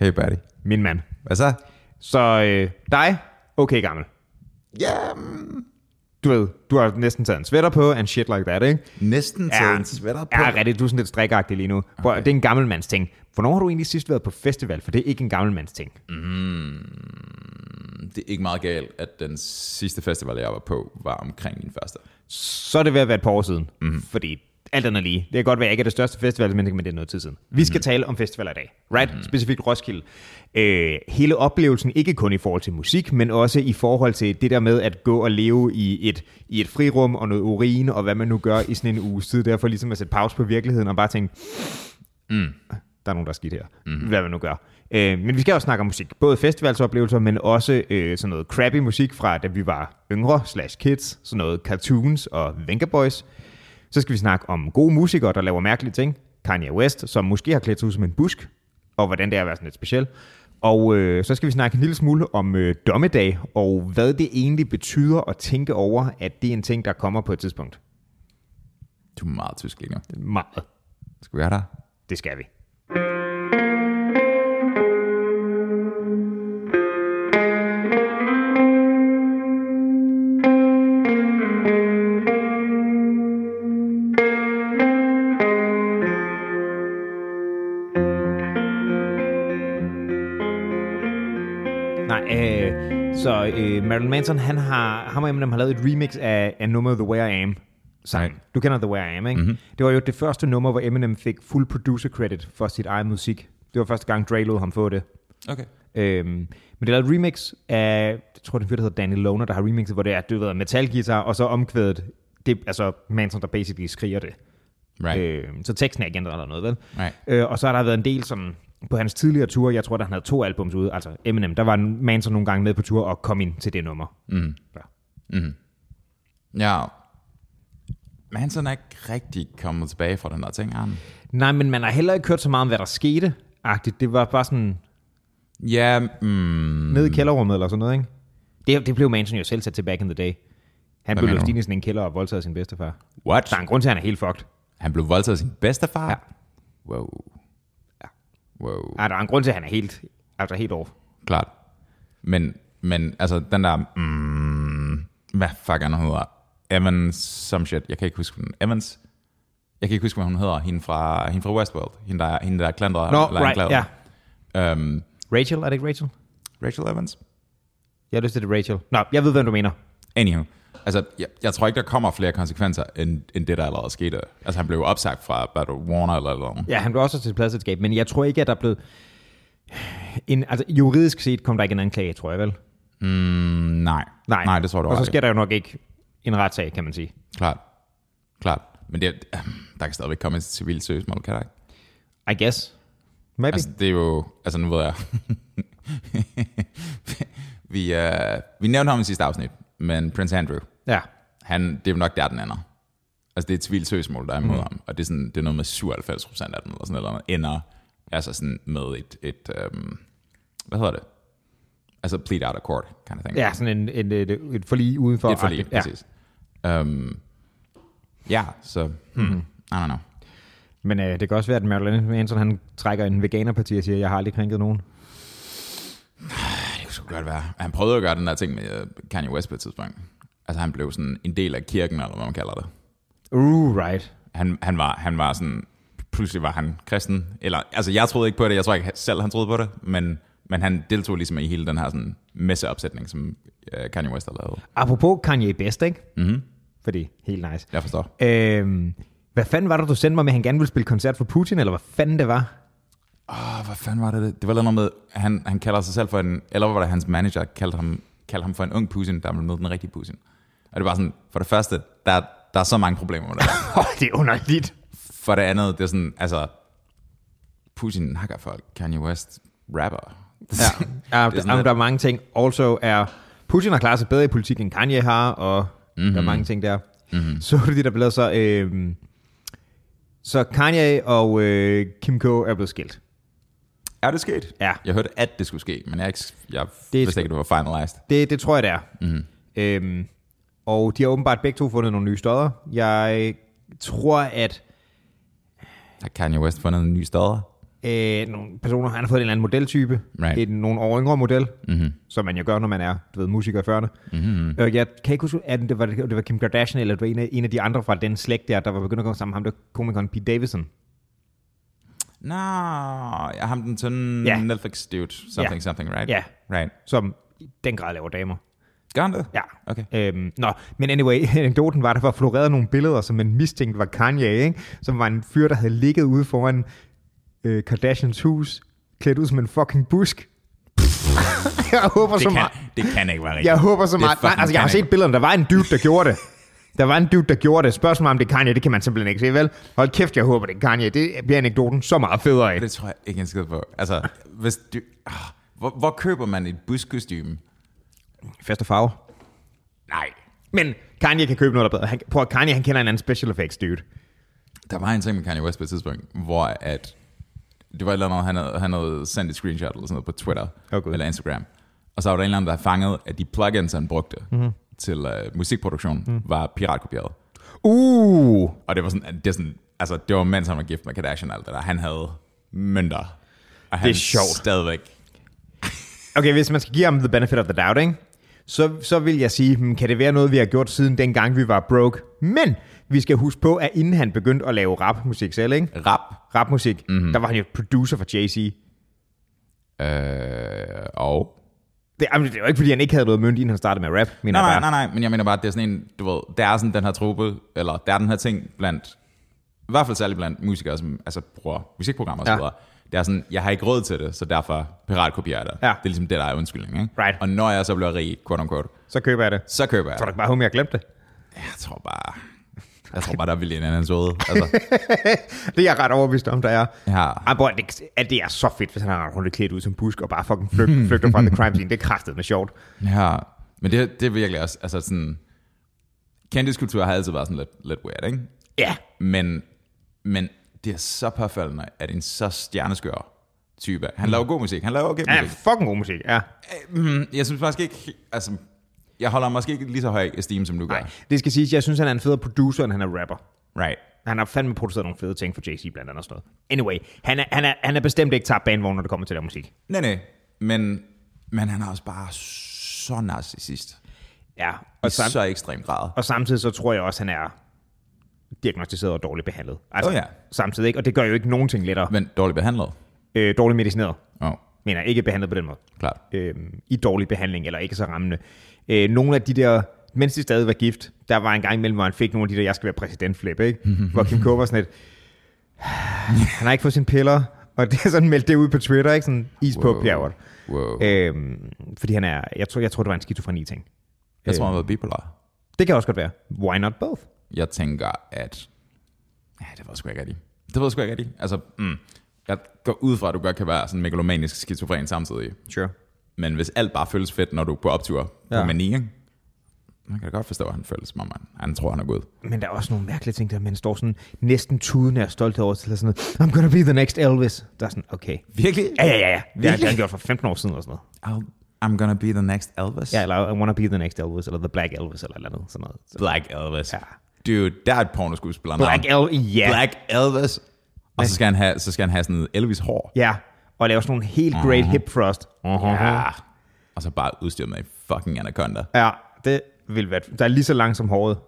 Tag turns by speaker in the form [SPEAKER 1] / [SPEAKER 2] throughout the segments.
[SPEAKER 1] Hey, buddy.
[SPEAKER 2] min mand.
[SPEAKER 1] Hvad så?
[SPEAKER 2] Så øh, dig, okay gammel.
[SPEAKER 1] Ja, mm,
[SPEAKER 2] Du ved, du har næsten taget en sweater på, and shit like that, ikke?
[SPEAKER 1] næsten taget en sweater på.
[SPEAKER 2] Ja, rigtigt. Du er sådan lidt strikagtig lige nu. Okay. Det er en gammelmands ting. Hvornår har du egentlig sidst været på festival? For det er ikke en gammelmands ting.
[SPEAKER 1] Det er ikke meget galt, at den sidste festival, jeg var på, var omkring min første.
[SPEAKER 2] så er det ved at være et par år siden. Mm. Fordi alt andet lige. Det kan godt være, at jeg ikke er det største festival, men det er noget tid siden. Vi skal mm. tale om festivaler i dag. Right? Mm. Specifikt Roskilde. Øh, hele oplevelsen, ikke kun i forhold til musik, men også i forhold til det der med at gå og leve i et, i et frirum og noget urin, og hvad man nu gør i sådan en uge tid. Derfor ligesom at sætte pause på virkeligheden og bare tænke, der er nogen, der er skidt her. Mm-hmm. Hvad man nu gør. Øh, men vi skal også snakke om musik. Både festivalsoplevelser, men også øh, sådan noget crappy musik fra, da vi var yngre slash kids. Sådan noget cartoons og Venga Boys. Så skal vi snakke om gode musikere, der laver mærkelige ting. Kanye West, som måske har klædt sig ud som en busk. Og hvordan det er at være sådan lidt speciel. Og øh, så skal vi snakke en lille smule om øh, dommedag, og hvad det egentlig betyder at tænke over, at det er en ting, der kommer på et tidspunkt.
[SPEAKER 1] Du er meget tysk lige nu.
[SPEAKER 2] Meget.
[SPEAKER 1] Skal vi være der?
[SPEAKER 2] Det skal vi. Nej, øh, så øh, Marilyn Manson, han har, ham og Eminem har lavet et remix af, af nummeret The Way I Am. Sang.
[SPEAKER 1] Nej.
[SPEAKER 2] Du kender The Way I Am, ikke? Mm-hmm. Det var jo det første nummer, hvor Eminem fik fuld producer credit for sit eget musik. Det var første gang Dre lod ham få det.
[SPEAKER 1] Okay.
[SPEAKER 2] Øhm, men det er lavet et remix af, jeg tror, det er en fyr, der hedder Danny Loner, der har remixet, hvor det er, du ved, metalguitar, og så omkvædet, det, altså Manson, der basically skriger det.
[SPEAKER 1] Right. Øh.
[SPEAKER 2] Øh, så teksten er ikke ændret eller noget, vel?
[SPEAKER 1] Nej.
[SPEAKER 2] Øh, og så har der været en del sådan, på hans tidligere ture, jeg tror, der han havde to albums ude, altså Eminem, der var en man så nogle gange med på tur og kom ind til det nummer. Mm. Ja.
[SPEAKER 1] Ja. Manson er ikke rigtig kommet tilbage fra den der ting, har han?
[SPEAKER 2] Nej, men man har heller ikke hørt så meget om, hvad der skete. Agtigt. Det var bare sådan
[SPEAKER 1] Ja, mm,
[SPEAKER 2] nede i kælderrummet eller sådan noget, ikke? Det, det blev Manson jo selv sat til back in the day. Han blev
[SPEAKER 1] mener
[SPEAKER 2] låst
[SPEAKER 1] du?
[SPEAKER 2] ind i sådan en kælder og voldtaget sin bedstefar.
[SPEAKER 1] what?
[SPEAKER 2] Der er en grund til, at han er helt fucked.
[SPEAKER 1] Han blev voldtaget af sin bedstefar? Ja. Wow. Ja. Wow.
[SPEAKER 2] Nej, Ah, der er en grund til, at han er helt, altså helt off.
[SPEAKER 1] Klart. Men, men altså, den der... Mm, hvad fuck han hedder? Evans, some shit. Jeg kan ikke huske den. Evans. Jeg kan ikke huske, hvad hun hedder. Hende fra, hende fra Westworld. Hende, der, hende, der klandrer ham,
[SPEAKER 2] Nå, right,
[SPEAKER 1] anklager
[SPEAKER 2] ja.
[SPEAKER 1] ham. Øhm,
[SPEAKER 2] Rachel, er det ikke Rachel?
[SPEAKER 1] Rachel Evans?
[SPEAKER 2] Jeg har lyst til, det er Rachel. Nå, jeg ved, hvem du mener.
[SPEAKER 1] Anywho. Altså, jeg, jeg tror ikke, der kommer flere konsekvenser, end, end det, der allerede skete. Altså, han blev jo opsagt fra Battle Warner eller noget.
[SPEAKER 2] Ja, han blev også til pladselskab, men jeg tror ikke, at der er blevet... En, altså, juridisk set kom der ikke en anklage, tror jeg vel?
[SPEAKER 1] Mm, nej.
[SPEAKER 2] Nej,
[SPEAKER 1] Nej, det tror du
[SPEAKER 2] Og så
[SPEAKER 1] ret i.
[SPEAKER 2] sker der jo nok ikke en retssag, kan man sige.
[SPEAKER 1] Klart. Klart. Men det, er- der kan stadigvæk komme et civilt søgsmål, kan der ikke?
[SPEAKER 2] I guess. Maybe.
[SPEAKER 1] Altså,
[SPEAKER 2] Altså,
[SPEAKER 1] det er jo... Altså, nu ved jeg... vi, øh, vi nævnte ham i sidste afsnit, men Prince Andrew,
[SPEAKER 2] ja.
[SPEAKER 1] han, det er jo nok der, den ender. Altså, det er et civilt søgsmål, der er
[SPEAKER 2] Mhm.
[SPEAKER 1] imod mm. ham, og det er, sådan, det er noget med 97 procent af dem, eller sådan et eller andet, ender altså sådan med et... et øhm, hvad hedder det? Altså, plead out of court, kind of thing.
[SPEAKER 2] ja, sådan en, en, et, et forlig udenfor.
[SPEAKER 1] Et forlig,
[SPEAKER 2] agtigt.
[SPEAKER 1] ja.
[SPEAKER 2] ja.
[SPEAKER 1] præcis. Um, ja, så...
[SPEAKER 2] Mhm.
[SPEAKER 1] Hmm, I don't know.
[SPEAKER 2] Men øh, det kan også være, at Marilyn Manson, han trækker en veganerparti og siger, jeg har aldrig krænket nogen.
[SPEAKER 1] Det kunne sgu godt være. Han prøvede at gøre den der ting med øh, Kanye West på et tidspunkt. Altså han blev sådan en del af kirken, eller hvad man kalder det.
[SPEAKER 2] Uh, right.
[SPEAKER 1] Han, han, var, han var sådan, pludselig var han kristen. Eller, altså jeg troede ikke på det, jeg tror ikke selv, han troede på det, men, men han deltog ligesom i hele den her sådan messeopsætning, som øh, Kanye West har lavet.
[SPEAKER 2] Apropos Kanye West, ikke? Mm-hmm.
[SPEAKER 1] Mhm.
[SPEAKER 2] Fordi, helt nice.
[SPEAKER 1] Jeg forstår.
[SPEAKER 2] Øhm, hvad fanden var det, du sendte mig med, at han gerne ville spille koncert for Putin, eller hvad fanden det var?
[SPEAKER 1] Åh, hvad fanden var det? Det var noget med, han, han kalder sig selv for en, eller var det hans manager, kaldte ham, kaldte ham for en ung Putin, der ville møde den rigtige Putin. Og det var sådan, for det første, der, der er så mange problemer med det.
[SPEAKER 2] Oh, det er underligt.
[SPEAKER 1] For det andet, det er sådan, altså, Putin nakker folk, Kanye West rapper.
[SPEAKER 2] Ja, ja
[SPEAKER 1] sådan
[SPEAKER 2] der,
[SPEAKER 1] lidt-
[SPEAKER 2] der er mange ting. Also er, Putin har klaret sig bedre i politik, end Kanye har, og mm-hmm. der er mange ting der. Mm-hmm. Så er det de der billeder, så... Øh, så Kanye og øh, Kim K. er blevet skilt.
[SPEAKER 1] Er det sket?
[SPEAKER 2] Ja.
[SPEAKER 1] Jeg hørte, at det skulle ske, men jeg, er ikke, jeg
[SPEAKER 2] Det er
[SPEAKER 1] vidste
[SPEAKER 2] sket.
[SPEAKER 1] ikke, at det var finalized.
[SPEAKER 2] Det, det tror jeg, det er. Mm-hmm. Øhm, og de har åbenbart begge to fundet nogle nye stodder. Jeg tror, at...
[SPEAKER 1] Har Kanye West fundet en ny stodder?
[SPEAKER 2] øh, nogle personer, han har fået en eller anden modeltype.
[SPEAKER 1] Right.
[SPEAKER 2] Et, nogle år yngre model,
[SPEAKER 1] Mm-hmm.
[SPEAKER 2] som man jo gør, når man er, du ved, musiker i 40'erne.
[SPEAKER 1] Mm-hmm.
[SPEAKER 2] Øh, jeg kan ikke huske, at det var, det var Kim Kardashian, eller det var en af, en af de andre fra den slægt der, der var begyndt at komme sammen med ham, der var komikeren Pete Davidson.
[SPEAKER 1] Nå, jeg har den sådan
[SPEAKER 2] Ja.
[SPEAKER 1] yeah. Netflix dude, something,
[SPEAKER 2] Ja.
[SPEAKER 1] something, right?
[SPEAKER 2] Ja,
[SPEAKER 1] Right.
[SPEAKER 2] som i den grad laver damer.
[SPEAKER 1] Gør han det?
[SPEAKER 2] Ja.
[SPEAKER 1] Okay.
[SPEAKER 2] Øhm, nå, men anyway, anekdoten var, at der var floreret nogle billeder, som man mistænkte var Kanye, ikke? som var en fyr, der havde ligget ude foran øh, Kardashians hus, klædt ud som en fucking busk. jeg håber
[SPEAKER 1] Det
[SPEAKER 2] så
[SPEAKER 1] kan,
[SPEAKER 2] meget.
[SPEAKER 1] det kan ikke være rigtigt.
[SPEAKER 2] Jeg håber så
[SPEAKER 1] Det
[SPEAKER 2] meget. Nej,
[SPEAKER 1] fucking
[SPEAKER 2] altså, jeg har
[SPEAKER 1] kan
[SPEAKER 2] set
[SPEAKER 1] ikke.
[SPEAKER 2] billederne. Der var en dude, der gjorde det. Der var en dude, der gjorde det. Spørgsmålet om det er Kanye, det kan man simpelthen ikke se, vel? Hold kæft, jeg håber, det er Kanye. Det bliver anekdoten så meget federe af.
[SPEAKER 1] Det tror jeg ikke en skid på. Altså, hvis du, ah, hvor, hvor køber man et buskostyme?
[SPEAKER 2] Fast og farve.
[SPEAKER 1] Nej.
[SPEAKER 2] Men Kanye kan købe noget, der er bedre. Han, prøv at Kanye, han kender en anden special effects dude.
[SPEAKER 1] Der var en ting med Kanye West på et tidspunkt, hvor at, det var et eller andet, han havde, han havde sendt et screenshot eller sådan noget på Twitter
[SPEAKER 2] Åh, Gud.
[SPEAKER 1] eller Instagram. Og så var der en eller anden, der havde fanget, at de plugins, han brugte
[SPEAKER 2] Mhm.
[SPEAKER 1] mm-hmm. til uh, musikproduktion, mm. var piratkopieret.
[SPEAKER 2] Uh!
[SPEAKER 1] Og det var sådan, det, er sådan, altså, det var mens han var gift med Kardashian og alt det der. Han havde mønter. Og han
[SPEAKER 2] sjovt.
[SPEAKER 1] Stadigvæk.
[SPEAKER 2] Okay, hvis man skal give ham the benefit of the doubt, ikke? Så, så vil jeg sige, hmm, kan det være noget, vi har gjort siden dengang, vi var broke? Men vi skal huske på, at inden han begyndte at lave rapmusik selv, ikke?
[SPEAKER 1] Rap.
[SPEAKER 2] Rapmusik,
[SPEAKER 1] Mhm.
[SPEAKER 2] mm-hmm. der var han jo producer for Jay-Z.
[SPEAKER 1] Øh, og
[SPEAKER 2] Det, jamen, det er jo ikke, fordi han ikke havde noget mønt, inden han startede med rap, mener
[SPEAKER 1] Nej,
[SPEAKER 2] jeg
[SPEAKER 1] nej, nej, nej, men jeg mener bare, at det er sådan en, du ved, der er sådan den her truppe, eller der er den her ting blandt, i hvert fald særligt blandt musikere, som altså bruger musikprogrammer
[SPEAKER 2] Ja.
[SPEAKER 1] osv., ja. det er sådan, jeg har ikke råd til det, så derfor piratkopierer jeg det.
[SPEAKER 2] Ja.
[SPEAKER 1] Det er ligesom det, der er undskyldning, ikke?
[SPEAKER 2] Right.
[SPEAKER 1] Og når jeg så bliver rig, quote unquote,
[SPEAKER 2] Så køber jeg det.
[SPEAKER 1] så køber jeg
[SPEAKER 2] Så er
[SPEAKER 1] det.
[SPEAKER 2] der bare, homie, jeg glemte det.
[SPEAKER 1] Jeg tror bare, jeg tror bare, der vil en anden søde. Altså,
[SPEAKER 2] Det er jeg ret overbevist om, der er.
[SPEAKER 1] ja.
[SPEAKER 2] Ej, bror, det, at det er så fedt, hvis han har rundt klædt ud som busk og bare fucking flyg, flygter fra the crime scene. Det er kraftet med sjovt.
[SPEAKER 1] Ja, men det, det er virkelig også, altså sådan, kendiskultur har altid været sådan lidt, lidt weird, ikke?
[SPEAKER 2] Ja.
[SPEAKER 1] Men, men det er så påfaldende, at en så stjerneskør type, han laver god musik, han laver okay
[SPEAKER 2] Mm. Ja,
[SPEAKER 1] musik.
[SPEAKER 2] fucking god musik, ja.
[SPEAKER 1] Øh, mm, Jeg synes faktisk ikke, altså, jeg holder ham måske ikke lige så høj esteem, som du gør.
[SPEAKER 2] Nej, det skal siges, jeg synes, han er en federe producer, end han er rapper.
[SPEAKER 1] Right.
[SPEAKER 2] Han har fandme produceret nogle fede ting for Jay-Z blandt andet og sådan noget. Anyway, han er, han er, han er bestemt ikke tabt banevogn, når det kommer til den musik.
[SPEAKER 1] Nej, nej. Men, men han er også bare så narcissist.
[SPEAKER 2] Ja,
[SPEAKER 1] I
[SPEAKER 2] og, sam,
[SPEAKER 1] så ekstrem grad.
[SPEAKER 2] og samtidig så tror jeg også, han er diagnostiseret og dårligt behandlet. Altså,
[SPEAKER 1] Åh ja.
[SPEAKER 2] Samtidig ikke, og det gør jo ikke nogen ting lettere.
[SPEAKER 1] Men dårligt behandlet.
[SPEAKER 2] Øh, dårligt medicineret,
[SPEAKER 1] Åh, oh,
[SPEAKER 2] mener jeg. Ikke behandlet på den måde.
[SPEAKER 1] klart.
[SPEAKER 2] øh, i dårlig behandling, eller ikke så rammende. Øh, nogle af de der, mens de stadig var gift, der var en gang imellem, hvor han fik nogle af de der, jeg skal være præsident flip, ikke? hvor Kim K. var sådan et, han har ikke fået sine piller, og det er sådan meldt det ud på Twitter, ikke? Sådan is på
[SPEAKER 1] Wow.
[SPEAKER 2] bjerget.
[SPEAKER 1] Wow.
[SPEAKER 2] Øhm, fordi han er, jeg tror, jeg tror, det var en skizofreni ting.
[SPEAKER 1] Jeg
[SPEAKER 2] øh.
[SPEAKER 1] tror, han var bipolar.
[SPEAKER 2] Det kan også godt være. Why not both?
[SPEAKER 1] jeg tænker, at... Ja, det var sgu ikke rigtigt. Det ved jeg sgu ikke rigtigt. Altså, mm, jeg går ud fra, at du godt kan være sådan megalomanisk skizofren samtidig.
[SPEAKER 2] Sure.
[SPEAKER 1] Men hvis alt bare føles fedt, når du er på optur ja.
[SPEAKER 2] Ja.
[SPEAKER 1] på mani, ikke? Man kan da godt forstå, at han føles som om han, han tror, han er god.
[SPEAKER 2] Men der er også nogle mærkelige ting, der man står sådan næsten tudende af stolthed over til sådan noget, I'm gonna be the next Elvis. Der er sådan, okay.
[SPEAKER 1] Virkelig?
[SPEAKER 2] Ja, ja, ja, ja. Det har det har
[SPEAKER 1] Virkelig?
[SPEAKER 2] han gjort for 15 år siden eller sådan noget.
[SPEAKER 1] I'll, I'm gonna be the next Elvis?
[SPEAKER 2] Ja, eller I wanna be the next Elvis, eller the black Elvis, eller et eller andet sådan noget. Så-
[SPEAKER 1] Black Elvis.
[SPEAKER 2] Ja.
[SPEAKER 1] Dude, der er et pornoskuespiller.
[SPEAKER 2] Black
[SPEAKER 1] navn.
[SPEAKER 2] Elvis, ja.
[SPEAKER 1] Black Elvis. Og så skal, han have, så skal han have sådan noget Elvis-hår.
[SPEAKER 2] Ja, og lave sådan nogle helt great
[SPEAKER 1] Mhm.
[SPEAKER 2] hip thrust.
[SPEAKER 1] Ja. Og så bare udstyret med en fucking anaconda.
[SPEAKER 2] Ja, det vil være... Der er lige så langt som håret.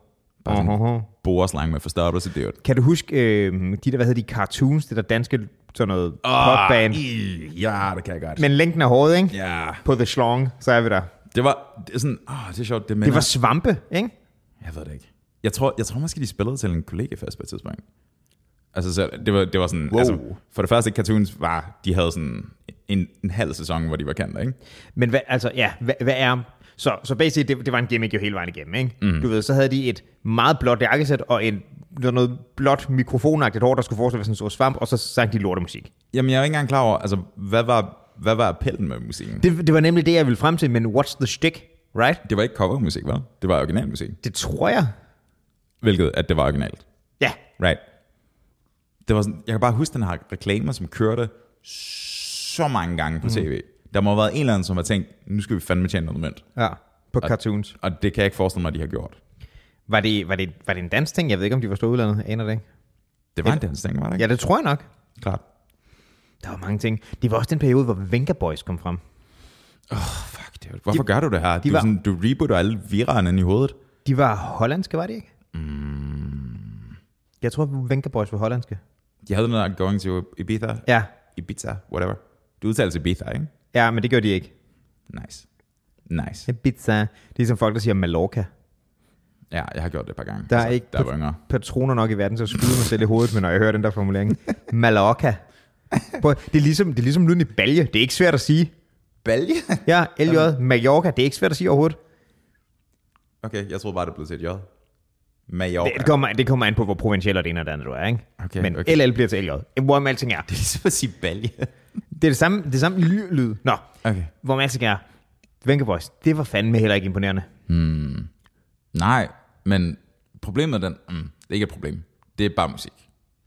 [SPEAKER 1] Mhm.
[SPEAKER 2] Uh-huh.
[SPEAKER 1] Boreslang med forstørrelse, dude.
[SPEAKER 2] Kan du huske øh, de der, hvad hedder de, cartoons, det der danske sådan noget popband?
[SPEAKER 1] Ah, i, ja, det kan jeg godt.
[SPEAKER 2] Men længden af håret, ikke?
[SPEAKER 1] Ja.
[SPEAKER 2] På The Schlong, så er vi der.
[SPEAKER 1] Det var det er sådan, åh, det er sjovt, det minder.
[SPEAKER 2] Det var svampe, ikke?
[SPEAKER 1] Jeg ved det ikke. Jeg tror, jeg tror måske, de spillede til en kollegafest på et tidspunkt. Altså, så det var, det var sådan, wow. altså, for det første, Cartoons var, de havde sådan en, en halv sæson, hvor de var kendt, ikke?
[SPEAKER 2] Men hvad, altså, ja, hvad, hvad er... Så, så basically, det, det var en gimmick jo hele vejen igennem, ikke? Mm. Du ved, så havde de et meget blåt jakkesæt og en, der var noget blåt mikrofonagtigt hår, der skulle forestille at være sådan en stor svamp, og så sang de lortemusik.
[SPEAKER 1] Jamen, jeg er jo ikke engang klar over, altså, hvad var, hvad var appellen med musikken? Det,
[SPEAKER 2] Det, det var nemlig det, jeg ville frem til, men what's the shtick, right?
[SPEAKER 1] det var ikke covermusik, vel? Det var originalmusik,
[SPEAKER 2] Det tror jeg.
[SPEAKER 1] hvilket at det var originalt.
[SPEAKER 2] Ja,
[SPEAKER 1] Right. Det var sådan, jeg kan bare huske den her reklamer, som kørte så mange gange på tv. Der må have været en eller anden, som har tænkt, nu skal vi fandme tjene noget mønt.
[SPEAKER 2] ja på cartoons.
[SPEAKER 1] Og det kan jeg ikke forestille mig, at de har gjort.
[SPEAKER 2] Var det, var, det, var det en dansk ting? Jeg ved ikke, om de var stået udlandet. Jeg Aner det ikke.
[SPEAKER 1] Det var en dansk ting, var det ikke?
[SPEAKER 2] Ja, det tror jeg nok.
[SPEAKER 1] klart.
[SPEAKER 2] Der var mange ting. Det var også den periode, hvor Venga Boys kom frem.
[SPEAKER 1] Fuck, dude. Hvorfor de, gør du det her? du,
[SPEAKER 2] var-
[SPEAKER 1] var, sådan, du rebooter alle viraerne ind i hovedet.
[SPEAKER 2] De var hollandske, var de ikke? Mm. Jeg tror, Venga Boys var hollandske.
[SPEAKER 1] De havde noget going to Ibiza.
[SPEAKER 2] Ja.
[SPEAKER 1] Ibiza, whatever. Du udtaler til Ibiza, ikke?
[SPEAKER 2] ja, men det gjorde de ikke.
[SPEAKER 1] Nice. Nice.
[SPEAKER 2] Ibiza. Det er som folk, der siger Mallorca.
[SPEAKER 1] Ja, jeg har gjort det et par gange. Altså,
[SPEAKER 2] Der er ikke-
[SPEAKER 1] Der var yngre.
[SPEAKER 2] Patroner nok i verden, så skyder mig selv i hovedet, men når jeg hører den der formulering. Mallorca. Prøv, det, er ligesom, det er ligesom lyden i balje. Det er ikke svært at sige.
[SPEAKER 1] Balje?
[SPEAKER 2] Ja, LJ, Mallorca. Det er ikke svært at sige overhovedet.
[SPEAKER 1] Okay, jeg troede bare, det blev til et J.
[SPEAKER 2] Okay.
[SPEAKER 1] Mallorca.
[SPEAKER 2] Det, kommer, det kommer an på, hvor provincialer det ene og det andet du er, ikke?
[SPEAKER 1] Okay,
[SPEAKER 2] men
[SPEAKER 1] okay.
[SPEAKER 2] LL bliver til LJ. Hvorom alting er.
[SPEAKER 1] Det er ligesom at sige balje.
[SPEAKER 2] Det er det samme, det samme ly- lyd. Nå,
[SPEAKER 1] Okay.
[SPEAKER 2] hvorom alting er. Venga Boys, det var fandme heller ikke imponerende.
[SPEAKER 1] Nej, men problemet er den... Mm, det er ikke et problem. Det er bare musik.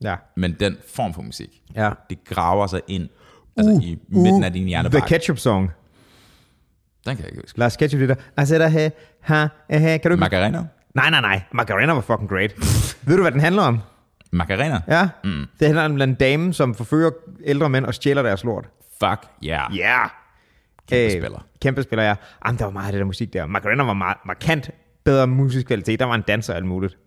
[SPEAKER 2] Ja.
[SPEAKER 1] Men den form for musik,
[SPEAKER 2] Ja.
[SPEAKER 1] det graver sig ind altså,
[SPEAKER 2] Uh,
[SPEAKER 1] i midten af din
[SPEAKER 2] The
[SPEAKER 1] hjernebark.
[SPEAKER 2] Ketchup Song.
[SPEAKER 1] Den kan jeg ikke huske.
[SPEAKER 2] Lars Ketchup, det der. I said, hey, ha, eh, hey. Kan du ikke?
[SPEAKER 1] Macarena?
[SPEAKER 2] nej, nej, nej. Macarena var fucking great. Ved du, hvad den handler om?
[SPEAKER 1] Macarena?
[SPEAKER 2] Ja. Mm. Det handler om en dame, som forfører ældre mænd og stjæler deres lort.
[SPEAKER 1] Fuck yeah.
[SPEAKER 2] Ja. Yeah.
[SPEAKER 1] Kæmpe spiller.
[SPEAKER 2] Kæmpe spiller, ja. Jamen, der var meget af det der musik der. Macarena var meget, markant bedre musisk kvalitet. Der var en danser og alt muligt.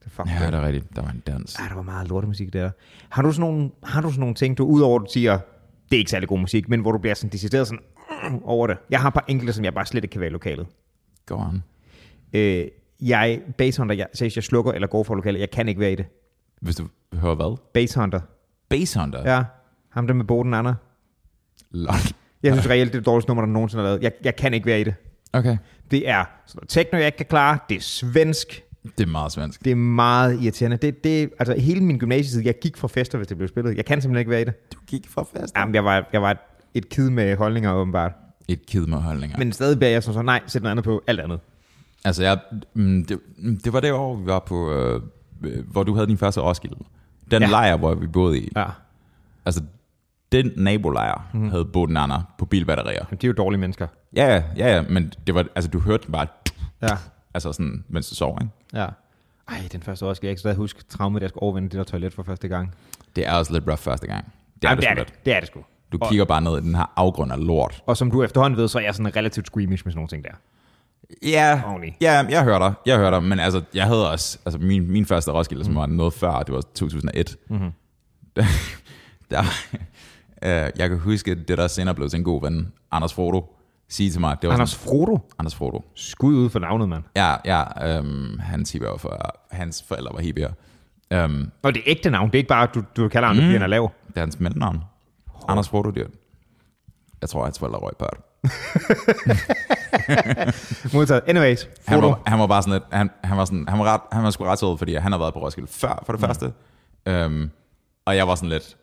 [SPEAKER 2] Det er fucking
[SPEAKER 1] Ja, det er rigtigt. Der var en dans.
[SPEAKER 2] Ej, der var meget lortemusik der. Har du sådan nogle, har du sådan nogle ting, du udover at du siger, det er ikke særlig god musik, men hvor du bliver sådan decideret sådan "Mm", over det? Jeg har et par enkelte, som jeg bare slet ikke kan være i lokalet.
[SPEAKER 1] Go on.
[SPEAKER 2] Øh, jeg, basehunter, jeg, seriøst, jeg slukker eller går fra lokalet. Jeg kan ikke være i det.
[SPEAKER 1] Hvis du hører hvad?
[SPEAKER 2] Basehunter.
[SPEAKER 1] Basehunter?
[SPEAKER 2] Ja, ham der med Boden Anna.
[SPEAKER 1] Lol.
[SPEAKER 2] Jeg synes reelt, det er det dårligste nummer, der nogensinde er lavet. Jeg, jeg kan ikke være i det.
[SPEAKER 1] Okay.
[SPEAKER 2] Det er sådan noget techno, jeg ikke kan klare. Det er svensk.
[SPEAKER 1] Det er meget svensk.
[SPEAKER 2] Det er meget irriterende. Det, det, altså hele min gymnasietid, jeg gik fra fester, hvis det blev spillet. Jeg kan simpelthen ikke være i det.
[SPEAKER 1] Du gik fra fast.
[SPEAKER 2] Jamen, jeg var, jeg var et, et kid med holdninger, åbenbart.
[SPEAKER 1] Et kid med holdninger. Men,
[SPEAKER 2] Men stadig bærer jeg sådan så, nej, sæt noget andet på, alt andet.
[SPEAKER 1] altså, jeg, mm, det, mm, det var det år, vi var på, øh, øh, hvor du havde din første Roskilde. Den
[SPEAKER 2] Ja.
[SPEAKER 1] ja. lejr, hvor vi boede i. Ja.
[SPEAKER 2] Ja.
[SPEAKER 1] Altså, den nabolejr mm. havde Boden Anna på bilbatterier.
[SPEAKER 2] Men de er jo dårlige mennesker.
[SPEAKER 1] Ja, ja, ja, ja, men det var, altså, du hørte den bare,
[SPEAKER 2] Ja,
[SPEAKER 1] altså sådan, mens du sov, ikke?
[SPEAKER 2] ja. Ej, den første år skal jeg ikke stadig huske traumet, jeg skal overvinde det der toilet for første gang.
[SPEAKER 1] Det er også lidt rough første gang. Det er
[SPEAKER 2] Jamen,
[SPEAKER 1] det,
[SPEAKER 2] det,
[SPEAKER 1] sgu
[SPEAKER 2] er
[SPEAKER 1] lidt.
[SPEAKER 2] det. det er det sgu.
[SPEAKER 1] Du kigger bare ned i den her afgrund af lort.
[SPEAKER 2] Og som du efterhånden ved, så er jeg sådan relativt squeamish med sådan nogle ting der.
[SPEAKER 1] Ja,
[SPEAKER 2] Oveni.
[SPEAKER 1] ja, jeg hører dig, jeg hører dig, men altså, jeg havde også, altså min, min første Roskilde, som var noget før, det var 2001.
[SPEAKER 2] Mhm.
[SPEAKER 1] Mm-hmm. Der, der, øh, jeg kan huske, det der senere blev til en god ven, Anders Frodo, sige til mig, det var
[SPEAKER 2] Anders Frodo.
[SPEAKER 1] sådan, Anders Frodo.
[SPEAKER 2] Skud ud for navnet, mand.
[SPEAKER 1] Ja, ja, øhm, hans, hippie var for, hans forældre var hippier. Øhm,
[SPEAKER 2] Og det er ægte navn, det er ikke bare, du, du kalder ham, mm. fordi han er lav.
[SPEAKER 1] det er hans mellemnavn. Anders Frodo, det er- Jeg tror, hans forældre røg på det.
[SPEAKER 2] Modtaget. Anyways,
[SPEAKER 1] han
[SPEAKER 2] Frodo.
[SPEAKER 1] var, han var bare sådan lidt, han, han var sådan, han var, ret, han var sgu ret sød, fordi han har været på Roskilde før, for det mm. første. Øhm, og jeg var sådan lidt,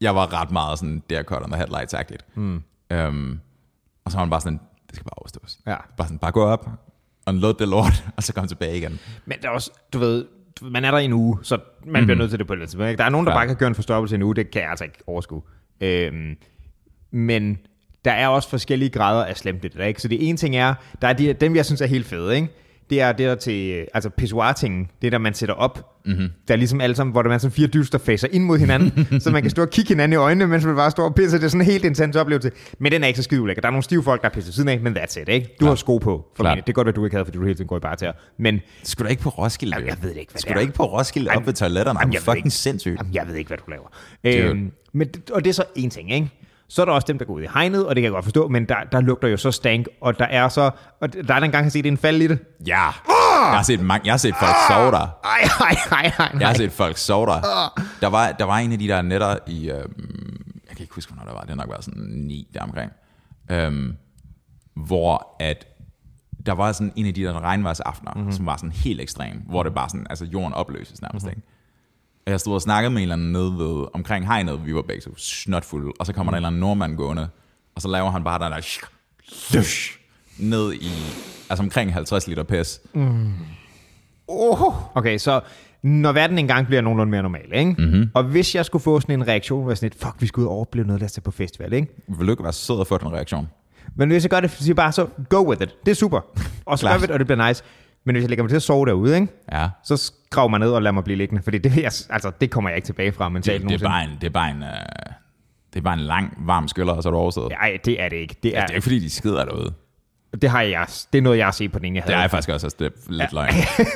[SPEAKER 1] jeg var ret meget sådan, der cut on the headlights agtigt mm. øhm, Og så var han bare sådan, det skal bare overstås.
[SPEAKER 2] Ja.
[SPEAKER 1] Bare sådan, bare gå op, og lod det lort, og så kom tilbage igen.
[SPEAKER 2] Men der er også, du ved, du ved, man er der i en uge, så man mm. bliver nødt til det på et eller andet tidspunkt. ikke? Der er nogen, der ja.
[SPEAKER 1] Ja.
[SPEAKER 2] bare kan gøre en forstoppelse i en uge, det kan jeg altså ikke overskue. Øhm, men der er også forskellige grader af slemt det der, ikke? Så det ene ting er, der er de, dem, jeg synes er helt fede, ikke? Det er det der til, øh, altså pissoir-tingen, det der man sætter op, mm-hmm. der er ligesom alle sammen, hvor der er sådan fire dyster facer ind mod hinanden, så man kan stå og kigge hinanden i øjnene, mens man bare står og pisser. Det er sådan en helt intens oplevelse. Men den er ikke så skide ulækker. Der er nogle stive folk, der pisser siden af, men that's it, ikke? Du har sko på, for
[SPEAKER 1] Klart.
[SPEAKER 2] det kan godt være, du ikke havde, fordi du hele tiden går i bare til. Men
[SPEAKER 1] Skulle du ikke på Roskilde?
[SPEAKER 2] Jamen,
[SPEAKER 1] jo?
[SPEAKER 2] jeg ved det ikke, hvad
[SPEAKER 1] Skulle
[SPEAKER 2] det er.
[SPEAKER 1] du ikke på Roskilde op ved toiletterne? Jamen,
[SPEAKER 2] Jamen, jeg
[SPEAKER 1] jeg
[SPEAKER 2] ved
[SPEAKER 1] fucking
[SPEAKER 2] ikke.
[SPEAKER 1] sindssygt.
[SPEAKER 2] Jamen, jeg ved ikke, hvad du laver.
[SPEAKER 1] er jo-
[SPEAKER 2] Øhm, men, det- og det er så en ting, ikke? Så er der også dem, der går ud i hegnet, og det kan jeg godt forstå, men der, der lugter jo så stank, og der er så... Og der er der engang, jeg har set en fald i det.
[SPEAKER 1] Ja. Jeg har set, mange, jeg har set folk sove der.
[SPEAKER 2] Ej, ej, ej, ej,
[SPEAKER 1] Jeg
[SPEAKER 2] nej.
[SPEAKER 1] har set folk sove der. Der var, der var en af de der netter i... Øhm, jeg kan ikke huske, hvornår der var. Det har nok været sådan ni der omkring. Øhm, hvor at der var sådan en af de der regnværsaftener, mm-hmm. som var sådan helt ekstrem, hvor det bare sådan, altså jorden opløses nærmest, mm-hmm. ikke? Og jeg stod og snakkede med en eller anden nede ved, omkring hegnet, vi var begge så snotfulde, og så kommer der en eller anden nordmand gående, og så laver han bare den der, shk, lush, ned i, altså omkring 50 liter pis.
[SPEAKER 2] Okay, så når verden engang bliver nogenlunde mere normal, ikke?
[SPEAKER 1] Mhm.
[SPEAKER 2] Mm-hmm. Og hvis jeg skulle få sådan en reaktion, hvor jeg sådan lidt, fuck, vi skal ud og overbleve noget, lad os tage på festival, ikke?
[SPEAKER 1] Vil du ikke være sød at få den reaktion?
[SPEAKER 2] Men hvis jeg gør det, så siger jeg bare så, go with it. Det er super. Og så gør
[SPEAKER 1] Klart.
[SPEAKER 2] vi det, og det bliver nice. Men hvis jeg lægger mig til at sove derude, ikke?
[SPEAKER 1] Ja.
[SPEAKER 2] så skrav mig ned og lad mig blive liggende, fordi det, vil jeg, altså, det kommer jeg ikke tilbage fra mentalt
[SPEAKER 1] Det, det, er
[SPEAKER 2] nogensinde.
[SPEAKER 1] bare en, det er bare en, øh, Det er bare en lang, varm skyller, og så er du overstået. Ja.
[SPEAKER 2] Nej, det er det ikke. Det er,
[SPEAKER 1] Altså, det er jo ikke, fordi de skider derude.
[SPEAKER 2] det har jeg, det er noget, jeg har set på den ene, jeg
[SPEAKER 1] Det
[SPEAKER 2] havde.
[SPEAKER 1] er jeg faktisk også altså, det er lidt ja. løgn. Men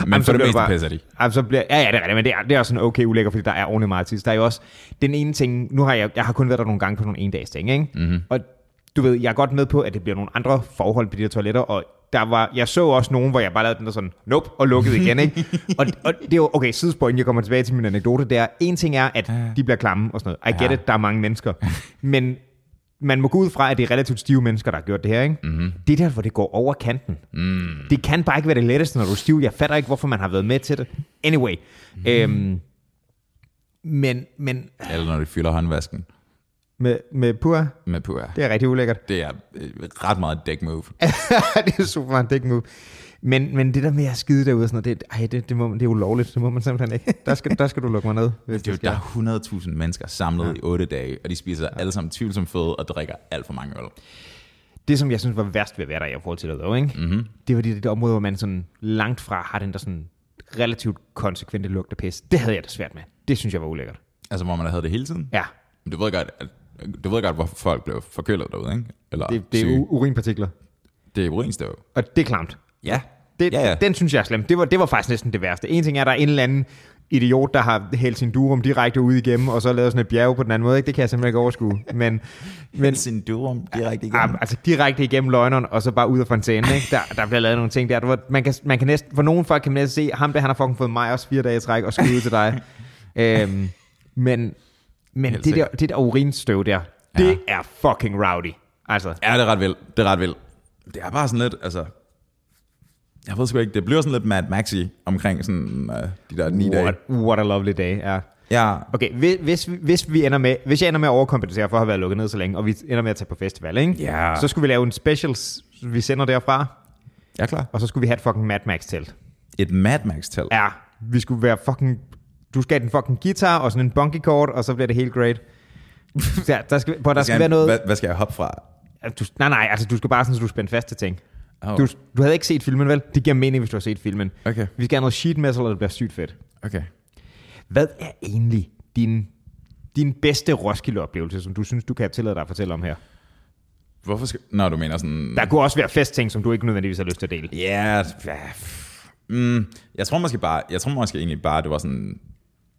[SPEAKER 2] Jamen,
[SPEAKER 1] for
[SPEAKER 2] så
[SPEAKER 1] det
[SPEAKER 2] bliver
[SPEAKER 1] meste
[SPEAKER 2] du bare-
[SPEAKER 1] pisser de.
[SPEAKER 2] Jamen, så bliver, ja, ja, det er rigtigt, men det er, det er også sådan okay ulækker, fordi der er ordentligt meget tids. Der er jo også den ene ting, nu har jeg, jeg har kun været der nogle gange på nogle endags ting, ikke?
[SPEAKER 1] Mhm.
[SPEAKER 2] Mm-hmm. Og du ved, jeg er godt med på, at det bliver nogle andre forhold på de der toiletter, og der var, jeg så også nogen, hvor jeg bare lavede den der sådan, nope, og lukkede igen, ikke? og, og, det er jo, okay, sidespøjten, jeg kommer tilbage til min anekdote, det er, en ting er, at de bliver klamme og sådan noget. I get
[SPEAKER 1] Ja.
[SPEAKER 2] it, der er mange mennesker. Men man må gå ud fra, at det er relativt stive mennesker, der har gjort det her, ikke?
[SPEAKER 1] Mhm.
[SPEAKER 2] Mm-hmm. Det er der, hvor det går over kanten. Mm. Det kan bare ikke være det letteste, når du er stiv. Jeg fatter ikke, hvorfor man har været med til det. Anyway. Mm. Øhm, men men
[SPEAKER 1] Eller når de fylder håndvasken
[SPEAKER 2] med, med pur,
[SPEAKER 1] med pura.
[SPEAKER 2] det er rigtig ulækkert.
[SPEAKER 1] Det er øh, ret meget et dick move.
[SPEAKER 2] det er super en dick move. Men, men det der med at skide derude, og sådan noget, det, ej, det, det, må, det er ulovligt. Det må man simpelthen ikke. Der skal, der skal du lukke mig ned. Hvis
[SPEAKER 1] Det er jo, der er 100.000 mennesker samlet ja. i 8 dage, og de spiser alle sammen tvivlsomt føde og drikker alt for mange øl.
[SPEAKER 2] det, som jeg synes var værst ved at være der i forhold til det, dog, ikke? Mm-hmm. det var det, det område, hvor man sådan langt fra har den der sådan relativt konsekvente lugt af pis. Det havde jeg det svært med. Det synes jeg var ulækkert.
[SPEAKER 1] Altså, hvor man havde det hele tiden.
[SPEAKER 2] Ja,
[SPEAKER 1] Men Du ved godt, at, du ved godt hvorfor folk blev forkølet derude, ikke? Eller
[SPEAKER 2] det, det er
[SPEAKER 1] syge.
[SPEAKER 2] u- urinpartikler.
[SPEAKER 1] det er urinstøv.
[SPEAKER 2] Og det er klamt.
[SPEAKER 1] Ja.
[SPEAKER 2] Det,
[SPEAKER 1] ja, ja.
[SPEAKER 2] Den synes jeg er slem. Det var, det var faktisk næsten det værste. En ting er, at der er en eller anden idiot, der har hældt sin durum direkte ud igennem, og så lavet sådan et bjerg på den anden måde. Ikke? Det kan jeg simpelthen ikke overskue. Men, men
[SPEAKER 1] sin durum direkte
[SPEAKER 2] Ja, altså direkte igennem løgneren, og så bare ud af fontænen, ikke? Der, der bliver lavet nogle ting der. Du ved, Man kan, man kan næsten, for nogen folk kan man næsten se, ham der, han har fucking fået mig også fire dage i træk og skyde til dig. øhm, men men
[SPEAKER 1] Helt
[SPEAKER 2] det, der, det der urinstøv der, ja. det er fucking rowdy. Altså,
[SPEAKER 1] Ja, det er ret vildt. Det er ret vildt. Det er bare sådan lidt, altså... Jeg ved sgu ikke, det bliver sådan lidt Mad Maxi omkring sådan øh, de der ni dage.
[SPEAKER 2] what, what a lovely day, ja.
[SPEAKER 1] Ja,
[SPEAKER 2] Okay, hvis, hvis, vi- hvis, vi ender med, hvis jeg ender med at overkompensere for at have været lukket ned så længe, og vi ender med at tage på festival, ikke?
[SPEAKER 1] Ja.
[SPEAKER 2] så skulle vi lave en special, s- vi sender derfra,
[SPEAKER 1] jeg er klar.
[SPEAKER 2] og så skulle vi have et fucking Mad Max-telt.
[SPEAKER 1] Et Mad Max-telt.
[SPEAKER 2] Ja, vi skulle være fucking... Du skal have den fucking guitar og sådan en bungee cord, og så bliver det helt great. Ja, der skal, på, der skal være noget...
[SPEAKER 1] Hvad, hvad skal jeg hoppe fra?
[SPEAKER 2] Ja, Du, nej, nej, altså du skal bare sådan, så du er spændt fast til ting.
[SPEAKER 1] Oh.
[SPEAKER 2] Du, du havde ikke set filmen, vel? Det giver mening, hvis du har set filmen.
[SPEAKER 1] Okay.
[SPEAKER 2] Vi skal have noget sheet metal, og det bliver sygt fedt.
[SPEAKER 1] Okay.
[SPEAKER 2] Hvad er egentlig din, din bedste Roskilde-oplevelse, som du synes, du kan tillade dig at fortælle om her?
[SPEAKER 1] Hvorfor skal... Nå, du mener sådan...
[SPEAKER 2] Der kunne også være festting, som du ikke nødvendigvis har lyst til at dele.
[SPEAKER 1] Ja, yeah. mm, jeg tror måske bare, jeg tror måske egentlig bare, det var sådan,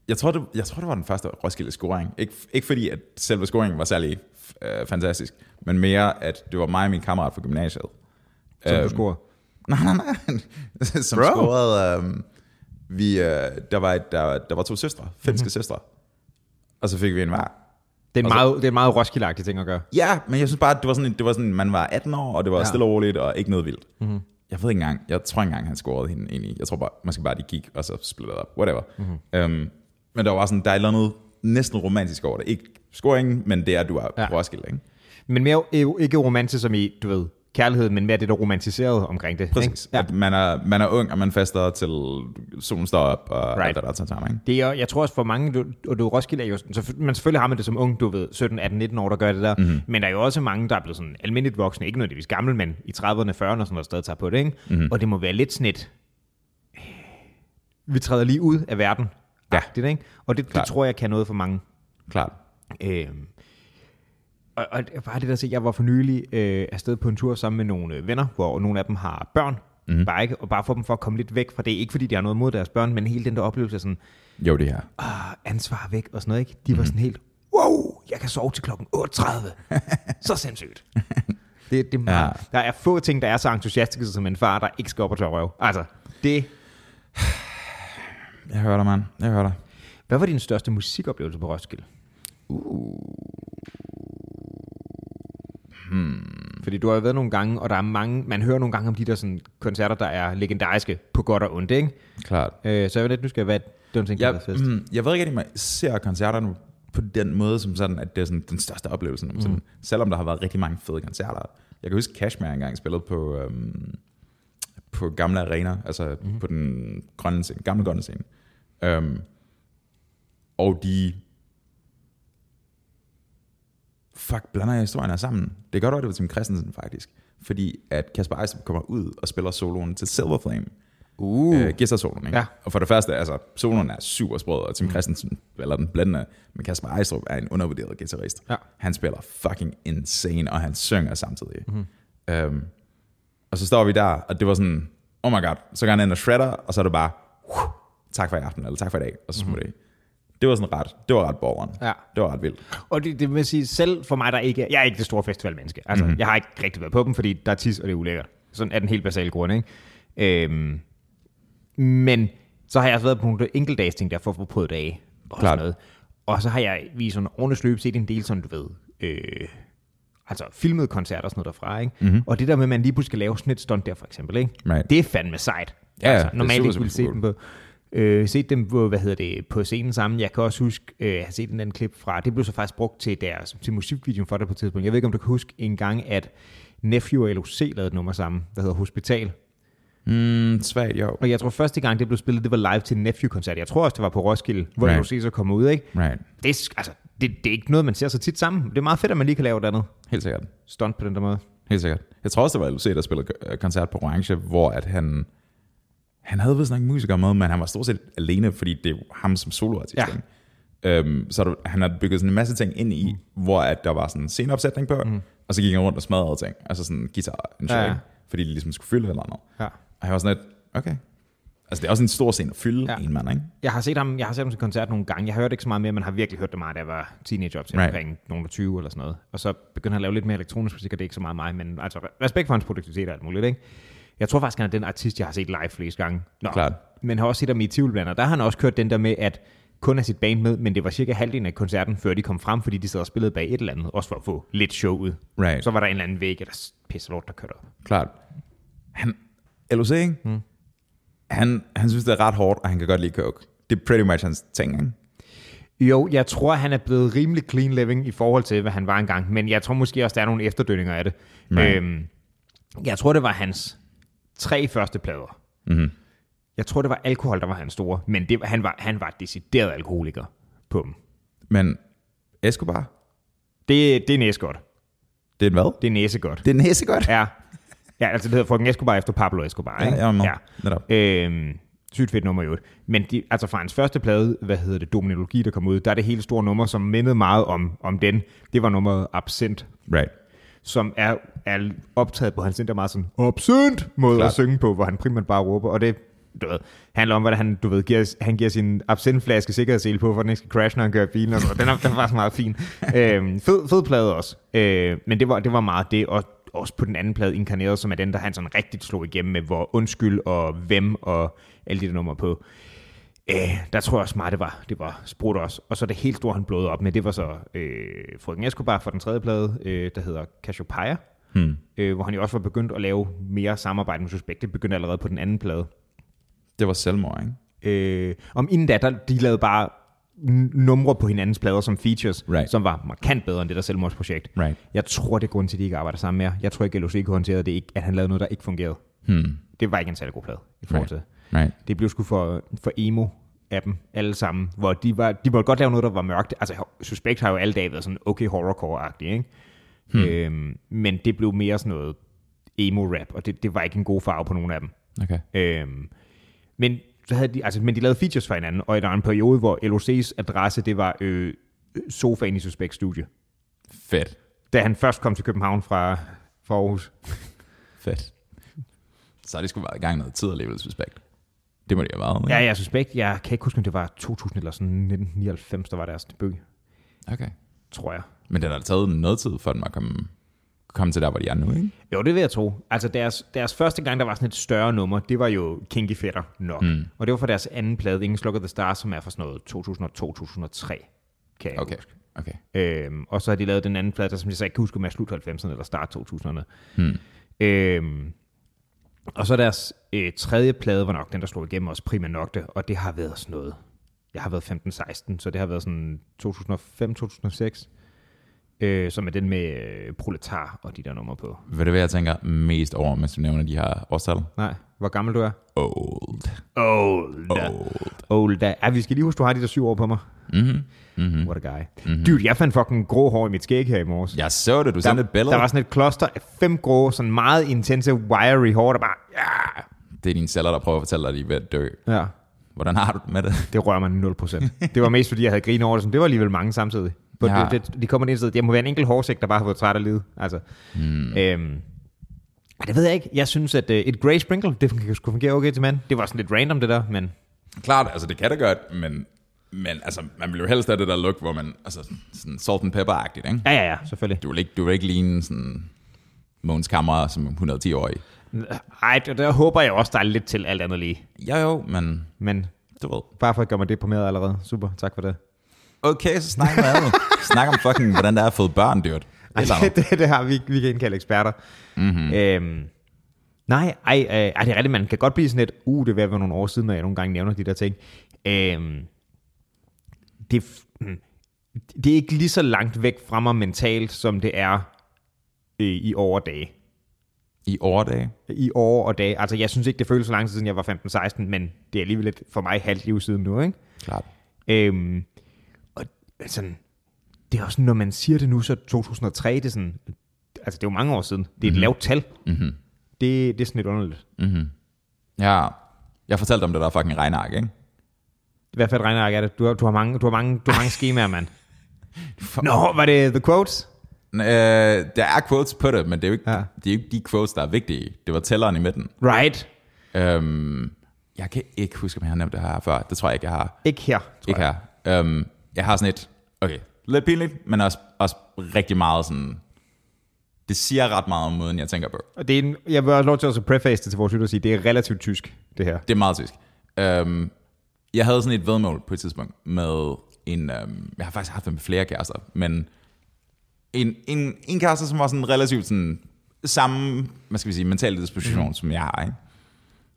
[SPEAKER 1] jeg tror, det, jeg tror, det var den første Roskilde scoring. Ikke, ikke fordi, at selve scoringen var særlig øh, fantastisk, men mere, at det var mig og min kammerat fra gymnasiet.
[SPEAKER 2] Som du scorer.
[SPEAKER 1] Nej, nej, nej. Som Bro. scorede, øh, vi, øh, der, var et, der, der var to søstre, finske mm-hmm. søstre. Og så fik vi en hver.
[SPEAKER 2] Det er en
[SPEAKER 1] Og så-
[SPEAKER 2] meget, det er en meget Roskilde-agtig ting at gøre.
[SPEAKER 1] Ja, men jeg synes bare, at det var sådan, det var sådan man var 18 år, og det var
[SPEAKER 2] Ja.
[SPEAKER 1] ja. stille og roligt, og ikke noget vildt. Mm-hmm. Jeg ved ikke engang, jeg tror ikke engang, han scorede hende egentlig. Jeg tror bare, måske bare, de gik, og så splittede op, whatever. Mm-hmm. Um, men der var sådan, der er et eller andet næsten romantisk over det. Ikke scoringen, men det er, at du er
[SPEAKER 2] Ja.
[SPEAKER 1] ja. Roskilde, ikke?
[SPEAKER 2] Men mere øh, ikke romantisk som i, du ved, kærlighed, men mere det, der romantiserede omkring det.
[SPEAKER 1] Præcis. Ja.
[SPEAKER 2] ikke? Ja.
[SPEAKER 1] At man er, man er ung, og man fester til solen står op, og
[SPEAKER 2] Right.
[SPEAKER 1] right. alt det der tager sammen, ikke?
[SPEAKER 2] Det er, jeg tror også for mange, du, og du Roskilde er jo sådan, så, men selvfølgelig har man det som ung, du ved, 17, 18, 19 år, der gør det der,
[SPEAKER 1] Mhm.
[SPEAKER 2] mm-hmm. men der er jo også mange, der er blevet sådan almindeligt voksne, ikke nødvendigvis gamle, men i 30'erne, 40'erne og sådan noget, stadig tager på det, ikke?
[SPEAKER 1] Mhm.
[SPEAKER 2] Mm-hmm. Og det må være lidt sådan et, øh, vi træder lige ud af verden,
[SPEAKER 1] Ja.
[SPEAKER 2] agtigt, ikke? Og det, det
[SPEAKER 1] Klart.
[SPEAKER 2] tror jeg kan noget for mange.
[SPEAKER 1] Klart.
[SPEAKER 2] Øhm, og, og det er bare det der se, jeg var for nylig øh, afsted på en tur sammen med nogle øh, venner, hvor nogle af dem har børn,
[SPEAKER 1] Mhm.
[SPEAKER 2] mm. bare ikke, og bare få dem for at komme lidt væk fra det. Ikke fordi de har noget mod deres børn, men hele den der oplevelse af sådan,
[SPEAKER 1] Jo, det her.
[SPEAKER 2] ah, ansvar væk og sådan noget, ikke? De var sådan helt, wow, jeg kan sove til klokken 8.30. så sindssygt. Det, det er meget. Ja. Der er få ting, der er så entusiastiske som en far, der ikke skal op og tørre røv. Altså, det...
[SPEAKER 1] Jeg hører dig, mand. Jeg hører dig.
[SPEAKER 2] Hvad var din største musikoplevelse på Roskilde? Uh. Hmm. Fordi du har jo været nogle gange, og der er mange, man hører nogle gange om de der sådan, koncerter, der er legendariske på godt og ondt, ikke?
[SPEAKER 1] Klart.
[SPEAKER 2] Øh, så jeg var lidt nysgerrig, hvad den ting, der
[SPEAKER 1] Jeg,
[SPEAKER 2] er fest.
[SPEAKER 1] mm, jeg ved ikke rigtig, om jeg ser koncerterne på den måde, som sådan, at det er sådan, den største oplevelse. Mm. Sådan, selvom der har været rigtig mange fede koncerter. Jeg kan huske, Cashmere engang spillede på, øhm, på gamle arena, altså mm. på den grønne scene, gamle grønne scene. Øhm, og de... Fuck, blander jeg historierne sammen? Det gør godt, være, det var Tim Christensen faktisk. Fordi at Kasper Ejstrup kommer ud og spiller soloen til Silverflame.
[SPEAKER 2] Uh.
[SPEAKER 1] øh, guitar-soloen. Ikke?
[SPEAKER 2] Ja. Mm.
[SPEAKER 1] Og for det første, altså, soloen er super sprød, og Tim Christensen, eller den blændende, men Kasper Ejstrup er en undervurderet guitarist.
[SPEAKER 2] Ja.
[SPEAKER 1] Han spiller fucking insane, og han synger samtidig.
[SPEAKER 2] Mhm.
[SPEAKER 1] Mm. Øhm, og så står vi der, og det var sådan, oh my god, så går han ind og shredder, og så er det bare, "Whew, tak for i aften, eller tak for i dag, og så
[SPEAKER 2] Mhm.
[SPEAKER 1] smutter mm. det. var sådan ret, det var ret borgeren.
[SPEAKER 2] Ja.
[SPEAKER 1] Det var ret vildt.
[SPEAKER 2] Og det, det vil sige, selv for mig, der ikke er, jeg er ikke det store festivalmenneske. Altså,
[SPEAKER 1] Mhm.
[SPEAKER 2] mm-hmm. jeg har ikke rigtig været på dem, fordi der er tis, og det er ulækkert. Sådan er den helt basale grund, ikke? Øhm, men så har jeg også været på nogle enkeltdags ting, der for at få prøvet det af. Og
[SPEAKER 1] Klart.
[SPEAKER 2] sådan noget. Og så har jeg i sådan årenes løb set en del, sådan du ved, øh, altså filmet koncerter og sådan noget derfra, ikke? Mm-hmm. Og det der med, at man lige pludselig skal lave sådan et stunt der, for eksempel, ikke?
[SPEAKER 1] Mhm. Right.
[SPEAKER 2] Det er fandme sejt.
[SPEAKER 1] Ja,
[SPEAKER 2] altså,
[SPEAKER 1] det er
[SPEAKER 2] normalt
[SPEAKER 1] super,
[SPEAKER 2] ikke ville se
[SPEAKER 1] super
[SPEAKER 2] dem på, øh, set dem på, hvad hedder det, på scenen sammen. Jeg kan også huske, øh, jeg har set en anden klip fra, det blev så faktisk brugt til deres, til musikvideoen for dig på et tidspunkt. Jeg ved ikke, om du kan huske en gang, at Nephew og LOC lavede et nummer sammen, der hedder Hospital.
[SPEAKER 1] Mm, svagt, jo.
[SPEAKER 2] Og jeg tror første gang, det blev spillet, det var live til en Nephew-koncert. Jeg tror også, det var på Roskilde, hvor
[SPEAKER 1] Right.
[SPEAKER 2] right. LOC så kom ud, ikke?
[SPEAKER 1] Right.
[SPEAKER 2] Det, er sk- altså, det, det, er ikke noget, man ser så tit sammen. Det er meget fedt, at man lige kan lave et andet
[SPEAKER 1] Helt sikkert.
[SPEAKER 2] stunt på den der måde.
[SPEAKER 1] Helt sikkert. Jeg tror også, det var LUC, der spillede øh, koncert på Orange, hvor at han... Han havde vist nok musikere med, men han var stort set alene, fordi det er jo ham som soloartist.
[SPEAKER 2] Ja.
[SPEAKER 1] ikke? Øhm, så der, han har bygget sådan en masse ting ind i, mm. hvor at der var sådan en sceneopsætning på, mm. og så gik han rundt og smadrede ting, altså sådan guitar, en
[SPEAKER 2] Ja,
[SPEAKER 1] ja,
[SPEAKER 2] ja.
[SPEAKER 1] ja. fordi det ligesom skulle fylde et eller andet.
[SPEAKER 2] Ja.
[SPEAKER 1] Og han var sådan lidt, okay. Altså det er også en stor scene at fylde
[SPEAKER 2] Ja.
[SPEAKER 1] ja. en mand, ikke?
[SPEAKER 2] Jeg har set ham, jeg har set ham til koncert nogle gange. Jeg har hørt ikke så meget mere, men har virkelig hørt det meget, da jeg var teenager op til
[SPEAKER 1] Right.
[SPEAKER 2] omkring nogen af 20 eller sådan noget. Og så begyndte han at lave lidt mere elektronisk musik, og det er ikke så meget mig, men altså re- respekt for hans produktivitet og alt muligt, ikke? Jeg tror faktisk, han er den artist, jeg har set live flest gange. Nå,
[SPEAKER 1] Klart.
[SPEAKER 2] Men har også set ham i Tivoli blandt andet. Der har han også kørt den der med, at kun er sit band med, men det var cirka halvdelen af koncerten, før de kom frem, fordi de sad og spillede bag et eller andet, også for at få lidt show ud.
[SPEAKER 1] Right.
[SPEAKER 2] Så var der en eller anden væg, eller s- pisse lort, der kørte op.
[SPEAKER 1] Klart. Han, LOC, ikke? Mm. Han, han synes, det er ret hårdt, og han kan godt lide coke. Det er pretty much hans ting, ikke?
[SPEAKER 2] Jo, jeg tror, han er blevet rimelig clean living i forhold til, hvad han var engang. Men jeg tror måske også, der er nogle efterdønninger af det.
[SPEAKER 1] Nej.
[SPEAKER 2] Øhm, jeg tror, det var hans tre første plader. Mm-hmm.
[SPEAKER 1] Mhm.
[SPEAKER 2] Jeg tror, det var alkohol, der var hans store. Men det, han, var, han var decideret alkoholiker på dem.
[SPEAKER 1] Men Escobar,
[SPEAKER 2] Det, det er næsegodt.
[SPEAKER 1] det er en hvad?
[SPEAKER 2] Det er næsegodt.
[SPEAKER 1] Det er næsegodt.
[SPEAKER 2] Ja. ja, altså det hedder Frøken Escobar efter Pablo Escobar. Ikke?
[SPEAKER 1] ja, ja. Netop.
[SPEAKER 2] Øhm, sygt fedt nummer i øvrigt. Men de, altså fra hans første plade, hvad hedder det, Dominologi, der kom ud, der er det helt store nummer, som mindede meget om, om den. Det var nummeret Absent,
[SPEAKER 1] Right.
[SPEAKER 2] som er, er optaget på hans der meget sådan absent måde Klart.
[SPEAKER 1] Klart.
[SPEAKER 2] at synge på, hvor han primært bare råber, og det du ved, handler om, hvordan han, du ved, giver, han giver sin absintflaske sikkerhedssele på, for den ikke skal crash, når han kører bilen. Og sådan noget. den, er, den er faktisk meget fin. øhm, fed, fed plade også. Øh, men det var, det var meget det, og også på den anden plade inkarneret, som er den, der han sådan rigtigt slog igennem med, hvor undskyld og hvem og alle de der numre på. Øh, der tror jeg også meget, det var, det var sprudt også. Og så det helt store, han blåede op med, det var så øh, Frøken Escobar fra den tredje plade, øh, der hedder Cassiopeia, hmm. øh, hvor han jo også var begyndt at lave mere samarbejde med Suspekt. Det begyndte allerede på den anden plade.
[SPEAKER 1] Det var selvmord, ikke?
[SPEAKER 2] Øh, om inden da, der, de lavede bare n- numre på hinandens plader som features,
[SPEAKER 1] Right.
[SPEAKER 2] som var markant bedre end det der selvmordsprojekt.
[SPEAKER 1] Right.
[SPEAKER 2] Jeg tror, det er grunden til, at de ikke arbejder sammen mere. Jeg tror ikke, LOC kunne håndtere det, ikke, at han lavede noget, der ikke fungerede.
[SPEAKER 1] Hmm.
[SPEAKER 2] Det var ikke en særlig god plade i forhold
[SPEAKER 1] Right.
[SPEAKER 2] til
[SPEAKER 1] Right.
[SPEAKER 2] det blev sgu for, for emo af dem alle sammen, hvor de, var, de måtte godt lave noget, der var mørkt. Altså, Suspekt har jo alle dage været sådan okay horrorcore-agtig, ikke? Hmm. Øhm, men det blev mere sådan noget emo-rap, og det, det var ikke en god farve på nogen af dem.
[SPEAKER 1] Okay.
[SPEAKER 2] Øhm, men, så havde de, altså, men de lavede features for hinanden, og der var en periode, hvor LOC's adresse, det var øh, sofaen i Suspekt studie.
[SPEAKER 1] Fedt.
[SPEAKER 2] Da han først kom til København fra, fra Aarhus.
[SPEAKER 1] Fedt. Så har de sgu været i gang noget tid alligevel, suspekt. Det må det jo have været. ikke?
[SPEAKER 2] Ja, jeg er suspekt. Jeg kan ikke huske, om det var 2000 eller sådan 1999, der var deres debut,
[SPEAKER 1] Okay.
[SPEAKER 2] tror jeg.
[SPEAKER 1] Men den har taget noget tid, for den at komme, komme til der, hvor de er nu, ikke?
[SPEAKER 2] Jo, det vil jeg tro. Altså deres, deres første gang, der var sådan et større nummer, det var jo Kinky Fetter nok. Mm. Og det var fra deres anden plade, Ingen Sluk of the Stars, som er fra sådan noget 2002-2003, kan jeg
[SPEAKER 1] Okay.
[SPEAKER 2] huske.
[SPEAKER 1] Okay.
[SPEAKER 2] Øhm, og så har de lavet den anden plade, der som jeg sagde, jeg kan huske, om er slut 90'erne eller start 2000'erne.
[SPEAKER 1] Hmm.
[SPEAKER 2] Mm. Øhm, og så deres øh, tredje plade var nok den, der slog igennem også Prima Nocte, og det har været sådan noget. Jeg har været 15-16, så det har været sådan 2005-2006, øh, som er den med øh, Proletar og de der numre på.
[SPEAKER 1] Ved du, hvad jeg tænker mest over, mens du nævner de her årstal?
[SPEAKER 2] Nej, hvor gammel du er?
[SPEAKER 1] Old.
[SPEAKER 2] Old.
[SPEAKER 1] Old.
[SPEAKER 2] Old. Ja, vi skal lige huske, du har de der syv år på mig.
[SPEAKER 1] Mm-hmm. Mm-hmm.
[SPEAKER 2] What a guy. Mm-hmm. Dude, jeg fandt fucking grå hår i mit skæg her i morges.
[SPEAKER 1] Jeg så det, du sendte et billede.
[SPEAKER 2] der var sådan et kloster af fem grå, sådan meget intense, wiry hår, der bare... Ja,
[SPEAKER 1] Det er dine celler, der prøver at fortælle dig, at de er ved at dø.
[SPEAKER 2] Ja.
[SPEAKER 1] Hvordan har du det med det?
[SPEAKER 2] Det rører mig 0%. Det var mest, fordi jeg havde grinet over det. Sådan. Det var alligevel mange samtidig. På
[SPEAKER 1] Ja.
[SPEAKER 2] ja. det, det, de kommer ind sted. Det må være en enkelt hårsæk, der bare har fået træt af livet. Altså,
[SPEAKER 1] Hmm.
[SPEAKER 2] mm. øhm, ej, det ved jeg ikke. Jeg synes, at øh, et Grey Sprinkle, det fun- skulle fungere okay til mand. Det var sådan lidt random, det der, men
[SPEAKER 1] Klart, altså det kan det godt, men, men altså, man vil jo helst have det der look, hvor man, altså sådan salt and pepper-agtigt, ikke?
[SPEAKER 2] ja, ja, ja, selvfølgelig.
[SPEAKER 1] Du vil ikke, du vil ikke ligne sådan Måns Kammerer som 110-årig.
[SPEAKER 2] Ej, der, der håber jeg også, der er lidt til alt andet lige.
[SPEAKER 1] Jo jo, men
[SPEAKER 2] Men
[SPEAKER 1] du ved.
[SPEAKER 2] bare for at gøre mig deprimeret allerede. Super, tak for det.
[SPEAKER 1] Okay, så snak om noget andet. snak om fucking, hvordan der er at få børn, dyrt.
[SPEAKER 2] Ej,
[SPEAKER 1] Eller
[SPEAKER 2] det, det, det har vi, vi kan indkalde eksperter. Mm-hmm. Øhm, nej, ej, øh, ej, det er rigtigt, man kan godt blive sådan lidt, uh, det var nogle år siden, når jeg nogle gange nævner de der ting. Øhm, det, f- mm, det er ikke lige så langt væk fra mig mentalt, som det er øh, i år og dage.
[SPEAKER 1] I overdage.
[SPEAKER 2] I år og dage. Altså, jeg synes ikke, det føles så lang tid siden, jeg var 15-16, men det er alligevel et, for mig halvt liv siden nu, ikke?
[SPEAKER 1] Klart.
[SPEAKER 2] Øhm, og sådan, det er også sådan, når man siger det nu, så 2003, det er sådan, altså det er jo mange år siden, det er et mm-hmm. lavt tal.
[SPEAKER 1] Mhm.
[SPEAKER 2] Det, det er sådan lidt underligt.
[SPEAKER 1] Mhm. Ja, jeg fortalte om det der fucking regneark, ikke?
[SPEAKER 2] Hvad for et regneark er det? Du har, du har mange, du har mange, du har mange skemaer, mand. Nå, var det The Quotes?
[SPEAKER 1] N- Øh, der er quotes på det, men det er jo ikke, ja.
[SPEAKER 2] Ja.
[SPEAKER 1] det er jo ikke de quotes, der er vigtige. Det var tælleren i midten.
[SPEAKER 2] Right.
[SPEAKER 1] Øhm, jeg kan ikke huske, om jeg har nævnt det her før. Det tror jeg ikke, jeg har.
[SPEAKER 2] Ikke her, tror
[SPEAKER 1] Ikke
[SPEAKER 2] jeg.
[SPEAKER 1] her. Øhm, jeg har sådan et, okay, lidt pinligt, men også, også rigtig meget sådan, det siger ret meget om måden, jeg tænker på.
[SPEAKER 2] Og det er en, jeg vil også lov til også at preface det til vores lytter og sige, det er relativt tysk, det her.
[SPEAKER 1] Det er meget tysk. Øhm, jeg havde sådan et vedmål på et tidspunkt med en, øhm, jeg har faktisk haft det med flere kærester, men en, en, en kæreste, som var sådan relativt sådan samme, hvad skal vi sige, mentale
[SPEAKER 2] Mhm.
[SPEAKER 1] disposition, mm. som jeg har, ikke?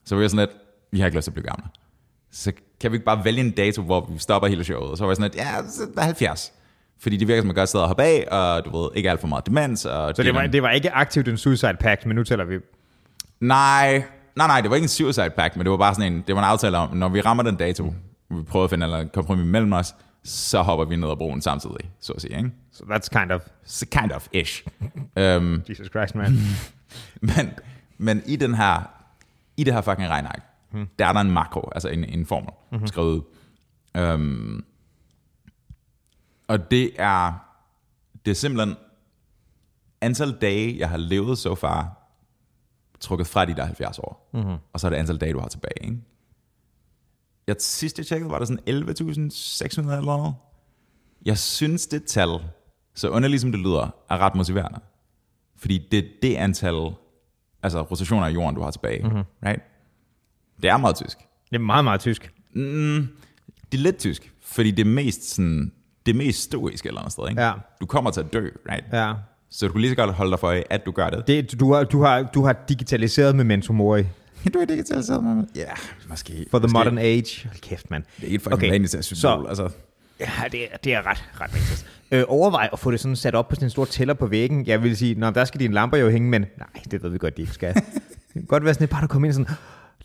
[SPEAKER 1] Så var jeg sådan lidt, vi har ikke lyst til at blive gamle. Så kan vi ikke bare vælge en dato, hvor vi stopper hele showet? Og så var jeg sådan lidt, ja, så er 70. Fordi det virker som et godt sted at hoppe af, og du ved, ikke alt for meget demens. Og
[SPEAKER 2] Så det var, det var ikke aktivt en suicide pact, men nu tæller vi.
[SPEAKER 1] Nej, nej, nej, det var ikke en suicide pact, men det var bare sådan en, det var en aftale om, når vi rammer den dato, mm. vi prøver at finde en eller anden kompromis mellem os, så hopper vi ned ad broen samtidig, så at sige, ikke?
[SPEAKER 2] So that's kind of,
[SPEAKER 1] Så kind of ish. øhm,
[SPEAKER 2] Jesus Christ, man.
[SPEAKER 1] men, men i den her, i det her fucking regnark, mm. der er der en makro, altså en, en formel, mm-hmm. skrevet ud. Øhm, og det er, det er simpelthen antal dage, jeg har levet så so far, trukket fra de der 70 år. Mm-hmm. Og så er det antal dage, du har tilbage. Ikke? Jeg sidst jeg tjekkede, var der sådan 11.600 eller noget. Jeg synes, det tal, så underligt som det lyder, er ret motiverende. Fordi det er det antal altså rotationer af jorden, du har tilbage.
[SPEAKER 2] Mhm.
[SPEAKER 1] Mm-hmm. Right? Det er meget tysk.
[SPEAKER 2] Det er meget, meget tysk.
[SPEAKER 1] Det er lidt tysk, fordi det er mest, sådan, det er mest stoisk et eller andet sted. Ikke?
[SPEAKER 2] Ja.
[SPEAKER 1] Du kommer til at dø, right?
[SPEAKER 2] Ja.
[SPEAKER 1] Så du kan lige så godt holde dig for øje, at du gør det.
[SPEAKER 2] Det, du, har, du, har, du har digitaliseret med Memento Mori.
[SPEAKER 1] Du er digitaliseret med mig. Ja, måske.
[SPEAKER 2] For the
[SPEAKER 1] måske.
[SPEAKER 2] modern age. Hold kæft, mand.
[SPEAKER 1] Det er ikke et fucking okay. vanligt symbol.
[SPEAKER 2] så-
[SPEAKER 1] Altså,
[SPEAKER 2] Ja, det er, det er ret, ret vigtigt. Øh, overvej at få det sådan sat op på sådan en stor tæller på væggen. Jeg vil sige, Nå, der skal dine lamper jo hænge, men nej, det ved vi godt, de ikke skal. Det kan godt være sådan et par, der kommer ind sådan,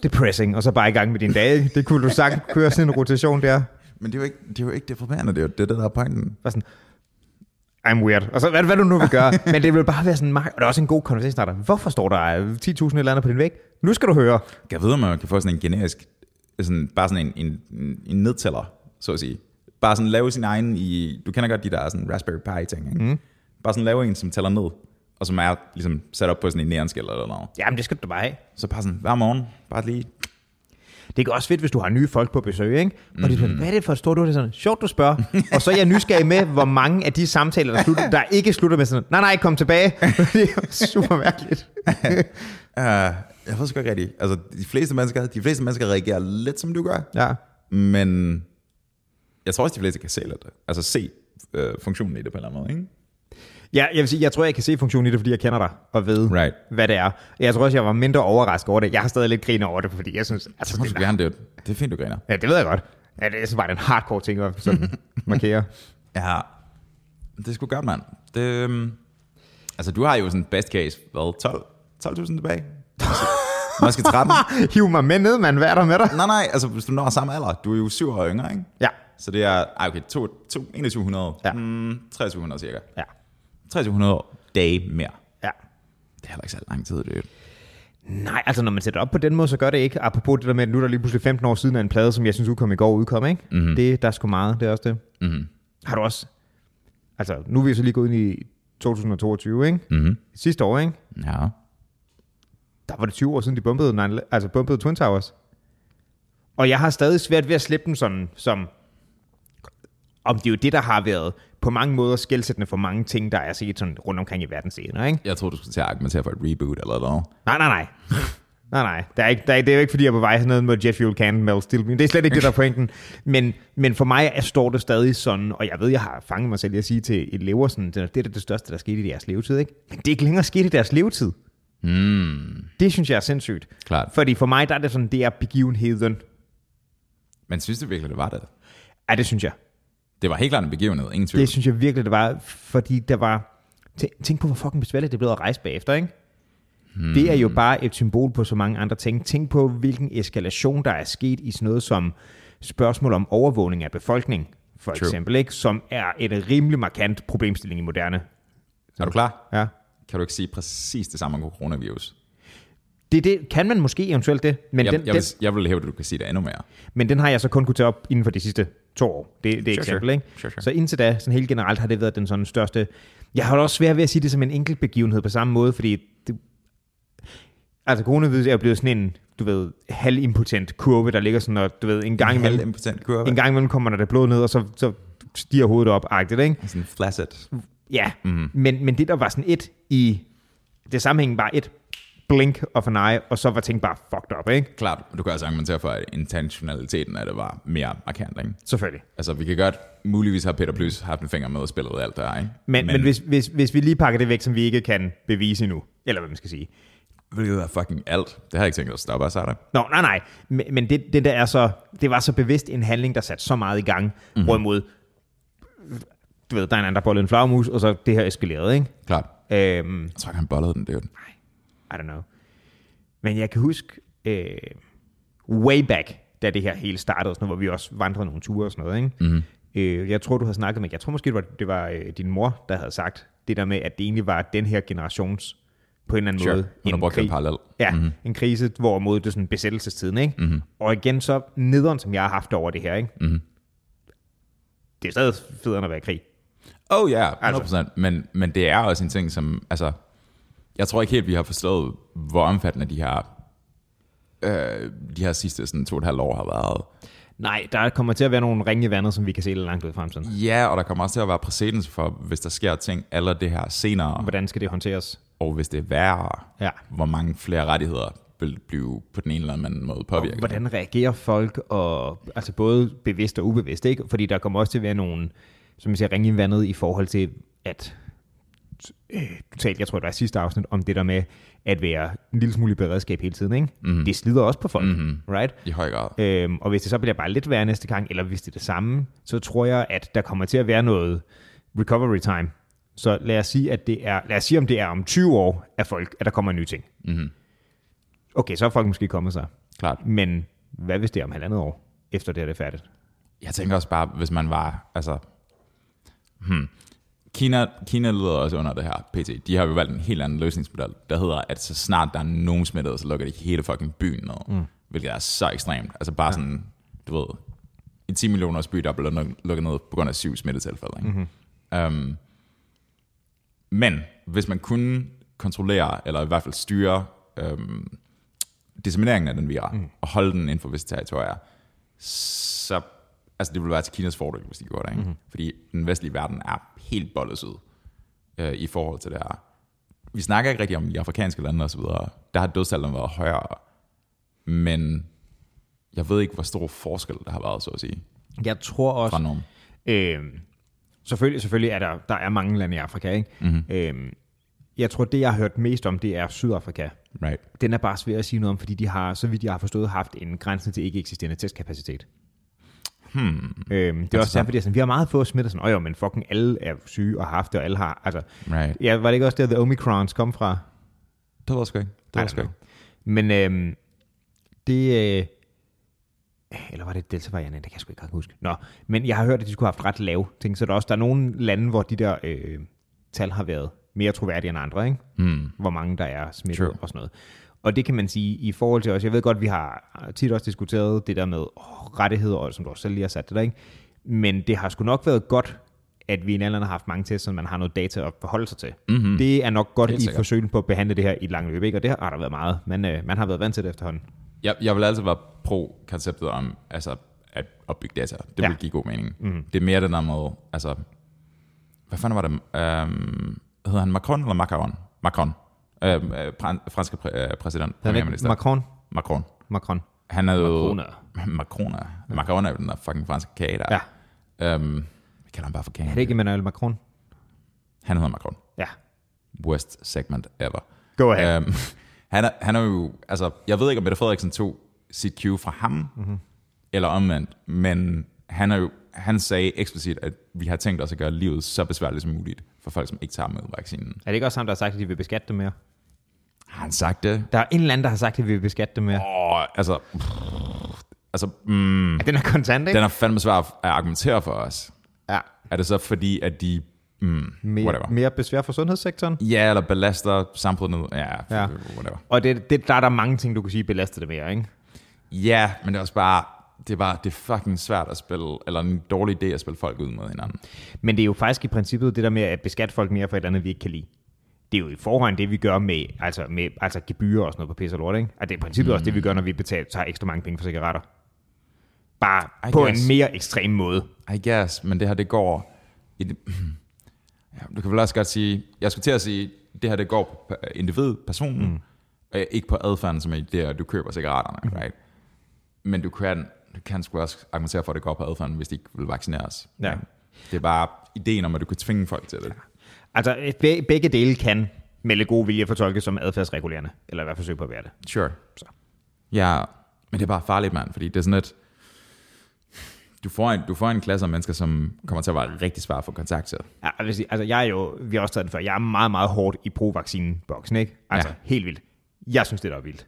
[SPEAKER 2] depressing, og så bare i gang med din dag. Det kunne du sagt køre sådan en rotation der.
[SPEAKER 1] men det er jo ikke det, er jo ikke det forbandet, det er jo det, der er pointen.
[SPEAKER 2] Bare sådan, I'm weird. Og så hvad, hvad du nu vil gøre. Men det vil bare være sådan, Mark, og det er også en god konversationsstarter. Hvorfor står der øh, 10.000 et eller andet på din væg? Nu skal du høre.
[SPEAKER 1] Jeg ved, om man kan få sådan en generisk, sådan, bare sådan en, en, en- en nedtæller, så at sige. Bare sådan lave sin egen i, du kender godt de der sådan Raspberry Pi ting, ikke? Mm. Bare sådan lave en, som tæller ned, og som er ligesom sat op på sådan en neonskilt eller noget.
[SPEAKER 2] Jamen, det skal du bare have.
[SPEAKER 1] Så bare sådan, hver morgen, bare lige,
[SPEAKER 2] Det er også fedt, hvis du har nye folk på besøg, ikke? Og mm-hmm. de
[SPEAKER 1] Mhm.
[SPEAKER 2] spørger, hvad er det for et stort ord? Det er sådan, sjovt, du spørger. og så er jeg nysgerrig med, hvor mange af de samtaler, der, slutter, der ikke slutter med sådan, nej, nej, kom tilbage. det er super mærkeligt.
[SPEAKER 1] uh, jeg ved sgu ikke rigtigt. Altså, de fleste mennesker, de fleste mennesker reagerer lidt, som du gør,
[SPEAKER 2] Ja.
[SPEAKER 1] men jeg tror også, de fleste kan se lidt. Altså, se øh, funktionen i det på en eller anden måde, ikke?
[SPEAKER 2] ja jeg, vil sige, jeg tror, jeg kan se funktionen i det, fordi jeg kender dig og ved,
[SPEAKER 1] Right.
[SPEAKER 2] hvad det er. Jeg tror også, jeg var mindre overrasket over det. Jeg har stadig lidt griner over det, fordi jeg synes, altså,
[SPEAKER 1] Så må du
[SPEAKER 2] det,
[SPEAKER 1] sgu gerne det. Det er fint, du griner.
[SPEAKER 2] ja, det ved jeg godt. Ja, det er så bare den hardcore ting, at sådan markere.
[SPEAKER 1] Ja, det er sgu godt, mand. Det, øhm, altså, du har jo sådan best case, hvad, 12 12.000 tilbage? Måske 13?
[SPEAKER 2] Hiv mig med ned, mand. Hvad er der med dig?
[SPEAKER 1] nej, nej, altså hvis du når samme alder, du er jo 7 år yngre, ikke?
[SPEAKER 2] Ja.
[SPEAKER 1] Så det er, ej okay, to, to, 2100, ja.
[SPEAKER 2] Ja.
[SPEAKER 1] mm, 2300 cirka.
[SPEAKER 2] Ja.
[SPEAKER 1] 2300 dage mere.
[SPEAKER 2] Ja.
[SPEAKER 1] Det er heller ikke så lang tid, det er
[SPEAKER 2] Nej, altså når man sætter op på den måde, så gør det ikke. Apropos det der med, at nu er der lige pludselig 15 år siden af en plade, som jeg synes udkom i går, udkom, ikke? Mm-hmm. Det, der er sgu meget, det er også det.
[SPEAKER 1] Mm-hmm.
[SPEAKER 2] Har du også... Altså, nu er vi så lige gået ind i 2022, ikke?
[SPEAKER 1] Mm-hmm.
[SPEAKER 2] Sidste år, ikke?
[SPEAKER 1] Ja.
[SPEAKER 2] Der var det 20 år siden, de bumpede, 9 altså bumpede Twin Towers. Og jeg har stadig svært ved at slippe dem sådan, som... Om det er jo det, der har været på mange måder skældsættende for mange ting, der er set sådan rundt omkring i verden senere, ikke?
[SPEAKER 1] Jeg tror, du skulle til at argumentere for et reboot eller noget.
[SPEAKER 2] Nej, nej, nej. nej, nej. Der er ikke, der er, det er jo ikke, fordi jeg er på vej sådan noget med Jeff Fuel Can Mel Steel. Det er slet ikke det, der er pointen. Men, men for mig er, står det stadig sådan, og jeg ved, jeg har fanget mig selv i at sige til elever, sådan, det er det, er det største, der skete i deres levetid. Ikke? Men det er ikke længere sket i deres levetid.
[SPEAKER 1] Mm,
[SPEAKER 2] Det synes jeg er sindssygt.
[SPEAKER 1] klart.
[SPEAKER 2] Fordi for mig, der er det sådan, det er begivenheden.
[SPEAKER 1] Men synes du virkelig, det var det?
[SPEAKER 2] Ja, det synes jeg.
[SPEAKER 1] Det var helt klart en begivenhed, ingen tvivl.
[SPEAKER 2] Det synes jeg virkelig, det var, fordi der var... Tænk, tænk på, hvor fucking besværligt det blev at rejse bagefter, ikke? Hmm. Det er jo bare et symbol på så mange andre ting. Tænk på, hvilken eskalation, der er sket i sådan noget som spørgsmål om overvågning af befolkning, for True.
[SPEAKER 1] True.
[SPEAKER 2] eksempel, ikke? som er et rimelig markant problemstilling i moderne.
[SPEAKER 1] Er du klar?
[SPEAKER 2] Ja.
[SPEAKER 1] Kan du ikke sige præcis det samme om coronavirus?
[SPEAKER 2] Det, er det, kan man måske eventuelt det, men,
[SPEAKER 1] Jeg,
[SPEAKER 2] den,
[SPEAKER 1] jeg,
[SPEAKER 2] den,
[SPEAKER 1] vil, jeg vil hæve, at du kan sige det endnu mere.
[SPEAKER 2] men den har jeg så kun kunne tage op inden for de sidste to år. Det, det er
[SPEAKER 1] Sure,
[SPEAKER 2] eksempel,
[SPEAKER 1] sure.
[SPEAKER 2] ikke?
[SPEAKER 1] Sure, sure.
[SPEAKER 2] Så indtil da, sådan helt generelt, har det været den sådan største... Jeg har også svært ved at sige det som en enkelt begivenhed på samme måde, fordi... Det, altså, coronavirus er jo blevet sådan en, du ved, halvimpotent kurve, der ligger sådan, og du ved, en gang imellem,
[SPEAKER 1] impotent kurve.
[SPEAKER 2] en gang imellem kommer der det blod ned, og så, så stiger hovedet op, agtigt, ikke?
[SPEAKER 1] Sådan flaccid.
[SPEAKER 2] Ja,
[SPEAKER 1] Mhm.
[SPEAKER 2] mm. men, men det der var sådan et i... Det sammenhængen var et blink of an eye, og så var ting bare fucked up, ikke?
[SPEAKER 1] Klart, du kan også argumentere for, at intentionaliteten af det var mere markant, ikke?
[SPEAKER 2] Selvfølgelig.
[SPEAKER 1] Altså, vi kan godt muligvis have Peter Plys haft en finger med og spillet alt der, ikke?
[SPEAKER 2] Men, men, men hvis, hvis, hvis vi lige pakker det væk, som vi ikke kan bevise endnu, eller hvad man skal sige.
[SPEAKER 1] Hvilket er fucking alt. Det har jeg ikke tænkt os at stoppe, så er det.
[SPEAKER 2] Nå, nej, nej. Men, men det, det, der er så, det var så bevidst en handling, der satte så meget i gang, mm-hmm. hvorimod, du ved, der er en anden, der bollede en flagmus, og så det her eskalerede, ikke?
[SPEAKER 1] Klart.
[SPEAKER 2] Øhm,
[SPEAKER 1] Jeg tror ikke, han bollede den, det er jo-
[SPEAKER 2] I don't know. Men jeg kan huske, øh, way back, da det her hele startede, og sådan noget, hvor vi også vandrede nogle ture og sådan noget, ikke?
[SPEAKER 1] Mhm.
[SPEAKER 2] Mm-hmm. Øh, jeg tror, du havde snakket med, jeg tror måske, det var, det var øh, din mor, der havde sagt, det der med, at det egentlig var den her generations, på en eller anden
[SPEAKER 1] Sure.
[SPEAKER 2] måde,
[SPEAKER 1] Hun har brugt en
[SPEAKER 2] krig-
[SPEAKER 1] parallel. Mhm.
[SPEAKER 2] Ja, mm-hmm. en krise, hvor mod det er sådan besættelsestiden, ikke? Mm-hmm. Og igen så nederen, som jeg har haft over det her, ikke?
[SPEAKER 1] Mhm.
[SPEAKER 2] Mm-hmm. Det er stadig federe end at være i krig.
[SPEAKER 1] Oh ja, yeah, 100%. Altså. Men, men det er også en ting, som... Altså, jeg tror ikke helt, vi har forstået, hvor omfattende de her, øh, de her sidste sådan, to og et halvt år har været.
[SPEAKER 2] Nej, der kommer til at være nogle ringe i vandet, som vi kan se lidt langt ud i fremtiden.
[SPEAKER 1] Ja, og der kommer også til at være præcedens for, hvis der sker ting eller det her senere,
[SPEAKER 2] Hvordan skal det håndteres?
[SPEAKER 1] og hvis det er værre,
[SPEAKER 2] Ja.
[SPEAKER 1] hvor mange flere rettigheder vil blive på den ene eller anden måde påvirket.
[SPEAKER 2] Hvordan reagerer folk, og, altså både bevidst og ubevidst, ikke? Fordi der kommer også til at være nogle, som jeg siger, ringe i vandet i forhold til, at øh, du talte, jeg tror, det var i sidste afsnit, om det der med at være en lille smule i beredskab hele tiden, ikke? Mm-hmm. Det slider også på folk, mm-hmm. right?
[SPEAKER 1] I høj grad.
[SPEAKER 2] Øhm, og hvis det så bliver bare lidt værre næste gang, eller hvis det er det samme, så tror jeg, at der kommer til at være noget recovery time. Så lad os sige, at det er, lad os sige om det er om 20 år, at, folk, at der kommer en ny ting. Mm-hmm. Okay, så er folk måske kommet sig.
[SPEAKER 1] Klart.
[SPEAKER 2] Men hvad hvis det er om halvandet år, efter det her det er færdigt?
[SPEAKER 1] Jeg tænker også bare, hvis man var, altså... Hmm. Kina, Kina lider også under det her, PT. De har jo valgt en helt anden løsningsmodel, der hedder, at så snart der er nogen smittet, så lukker de hele fucking byen ned. Mm. Hvilket er så ekstremt. Altså bare ja. sådan, du ved, en 10 millioners by, der blev luk- lukket ned på grund af syv smittetilfælde. Ikke? Mm-hmm. Um, men hvis man kunne kontrollere, eller i hvert fald styre øhm, dissemineringen af den vira, mm. og holde den inden for visse territorier, så altså det ville være til Kinas fordel, hvis de gjorde det. Ikke? Mm-hmm. Fordi den vestlige verden er helt bollet ud øh, i forhold til det her. Vi snakker ikke rigtig om de afrikanske lande osv. Der har dødstallene været højere, men jeg ved ikke, hvor stor forskel der har været, så at sige,
[SPEAKER 2] Jeg tror også,
[SPEAKER 1] fra nogen.
[SPEAKER 2] Øhm, selvfølgelig, selvfølgelig er der, der er mange lande i Afrika, ikke? Mm-hmm. Øhm, jeg tror, det jeg har hørt mest om, det er Sydafrika.
[SPEAKER 1] Right.
[SPEAKER 2] Den er bare svær at sige noget om, fordi de har, så vidt jeg har forstået, haft en grænse til ikke eksisterende testkapacitet. Hmm. Øhm, det er også derfor, det er sådan, vi har meget få smitter, sådan, "Åh jo, men fucking alle er syge og har haft det, og alle har, altså,
[SPEAKER 1] Right.
[SPEAKER 2] ja, var det ikke også der, the omicrons kom fra?
[SPEAKER 1] Det var sgu ikke. Det var
[SPEAKER 2] I
[SPEAKER 1] sgu
[SPEAKER 2] don't
[SPEAKER 1] ikke.
[SPEAKER 2] know. Men øhm, det... Øh, eller var det Delta-varianten? Det kan jeg sgu ikke engang huske. Nå, men jeg har hørt, at de skulle have haft ret lave ting, så der er også der er nogle lande, hvor de der øh, tal har været mere troværdige end andre, ikke?
[SPEAKER 1] Hmm.
[SPEAKER 2] Hvor mange der er smittet
[SPEAKER 1] True.
[SPEAKER 2] og sådan noget. Og det kan man sige i forhold til os. Jeg ved godt, vi har tit også diskuteret det der med åh, rettigheder, og som du også selv lige har sat det der, ikke? Men det har sgu nok været godt, at vi i en alder har haft mange test, så man har noget data at forholde sig til. Mm-hmm. Det er nok godt
[SPEAKER 1] Mhm. Helt
[SPEAKER 2] i
[SPEAKER 1] sikkert.
[SPEAKER 2] forsøgen på at behandle det her i et langt løb, ikke? Og det har der været meget. Man, øh, man har været vant til det efterhånden.
[SPEAKER 1] Jeg, jeg vil altid være pro-konceptet om altså, at opbygge data. Det
[SPEAKER 2] Ja.
[SPEAKER 1] ja. vil give god mening. Mm. Det er mere det der med, altså, hvad fanden var det, øhm, hedder han Macron eller Macaron? Macron. Øhm, øh, pran- franske præ- øh, præsident,
[SPEAKER 2] Hedder han ikke
[SPEAKER 1] premierminister.
[SPEAKER 2] Macron?
[SPEAKER 1] Macron.
[SPEAKER 2] Macron.
[SPEAKER 1] Han er jo...
[SPEAKER 2] Macroner.
[SPEAKER 1] Macroner. Macron er jo den der fucking franske kage der.
[SPEAKER 2] Ja.
[SPEAKER 1] Øhm, vi kalder ham bare for kage.
[SPEAKER 2] Er det ikke Emmanuel Macron?
[SPEAKER 1] Han hedder Macron.
[SPEAKER 2] Ja.
[SPEAKER 1] Worst segment ever.
[SPEAKER 2] Go ahead.
[SPEAKER 1] Øhm, han, er, han er jo, altså, jeg ved ikke, om Mette Frederiksen tog sit cue fra ham, mm-hmm. eller omvendt, men han, er jo, han sagde eksplicit, at vi har tænkt os at gøre livet så besværligt som muligt for folk, som ikke tager med vaccinen.
[SPEAKER 2] Er det ikke også ham, der har sagt, at de vil beskatte dem mere?
[SPEAKER 1] Har han sagt det?
[SPEAKER 2] Der er en eller anden, der har sagt, at vi vil beskatte dem mere.
[SPEAKER 1] Åh, altså, pff, altså mm,
[SPEAKER 2] Ja, den er kontant, ikke?
[SPEAKER 1] den er fandme svær at argumentere for os.
[SPEAKER 2] Ja.
[SPEAKER 1] Er det så fordi, at de, mm,
[SPEAKER 2] Mere,
[SPEAKER 1] whatever.
[SPEAKER 2] mere besvær for sundhedssektoren?
[SPEAKER 1] Ja, eller belaster samfundet. ned. Ja,
[SPEAKER 2] Ja.
[SPEAKER 1] ja. whatever.
[SPEAKER 2] Og det, det, der er der mange ting, du kan sige, belaster det mere, ikke?
[SPEAKER 1] Ja, men det er også bare, det er bare, det er fucking svært at spille, eller en dårlig idé at spille folk ud mod hinanden.
[SPEAKER 2] Men det er jo faktisk i princippet det der med at beskatte folk mere for et eller andet, vi ikke kan lide. Det er jo i forvejen det, vi gør med, altså, med, altså gebyrer og sådan noget på pis og lort, ikke? Og det er i princippet mm. også det, vi gør, når vi betaler, tager ekstra mange penge for cigaretter. Bare
[SPEAKER 1] I
[SPEAKER 2] på
[SPEAKER 1] guess.
[SPEAKER 2] en mere ekstrem måde.
[SPEAKER 1] I guess, men det her, det går... I det, ja, du kan vel også godt sige... Jeg skulle til at sige, det her, det går på individ, personen, mm. og ikke på adfærden, som er det, at du køber cigaretterne, mm. right? Men du kan, du kan sgu også argumentere for, at det går på adfærden, hvis de ikke vil vaccineres.
[SPEAKER 2] Ja.
[SPEAKER 1] Det er bare ideen om, at du kan tvinge folk til det.
[SPEAKER 2] Altså be, begge dele kan med lidt god vilje fortolkes som adfærdsregulerende, eller i hvert fald forsøg på at være det.
[SPEAKER 1] Sure.
[SPEAKER 2] Så.
[SPEAKER 1] Ja, men det er bare farligt, mand, fordi det er sådan et... Du får, en, du får en klasse af mennesker, som kommer til at være rigtig svære for kontakt til.
[SPEAKER 2] Ja, jeg vil sige, altså jeg er jo, vi har også taget den før, jeg er meget, meget hårdt i pro-vaccinen-boksen, ikke? Altså ja.
[SPEAKER 1] Ja.
[SPEAKER 2] helt vildt. Jeg synes, det der er vildt.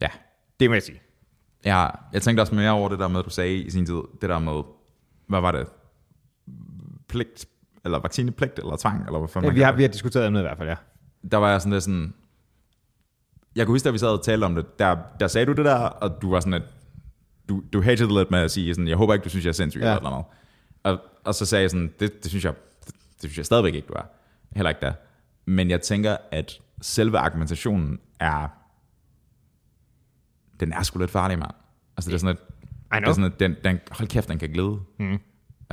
[SPEAKER 1] Ja.
[SPEAKER 2] Det må jeg sige.
[SPEAKER 1] ja. Jeg tænkte også mere over det der med, du sagde i sin tid, det der med, hvad var det? Pligt, eller vaccinepligt, eller tvang, eller hvad fanden
[SPEAKER 2] Ja,
[SPEAKER 1] man
[SPEAKER 2] vi,
[SPEAKER 1] kalder
[SPEAKER 2] har, vi har diskuteret emnet i hvert fald, ja.
[SPEAKER 1] det. Der var jeg sådan lidt sådan... Jeg kunne huske, da vi sad og talte om det, der, der sagde du det der, og du var sådan, at du, du hated det lidt med at sige sådan, jeg håber ikke, du synes, jeg er sindssyg,
[SPEAKER 2] Ja.
[SPEAKER 1] ja. eller noget. Og, og så sagde jeg sådan, det, det, synes jeg, det, det synes jeg stadigvæk ikke, du er. Heller ikke da. Men jeg tænker, at selve argumentationen er, den er sgu lidt farlig, mand. Altså det er sådan, at,
[SPEAKER 2] know.
[SPEAKER 1] det er sådan, at den, den, hold kæft, den kan glæde. Mm.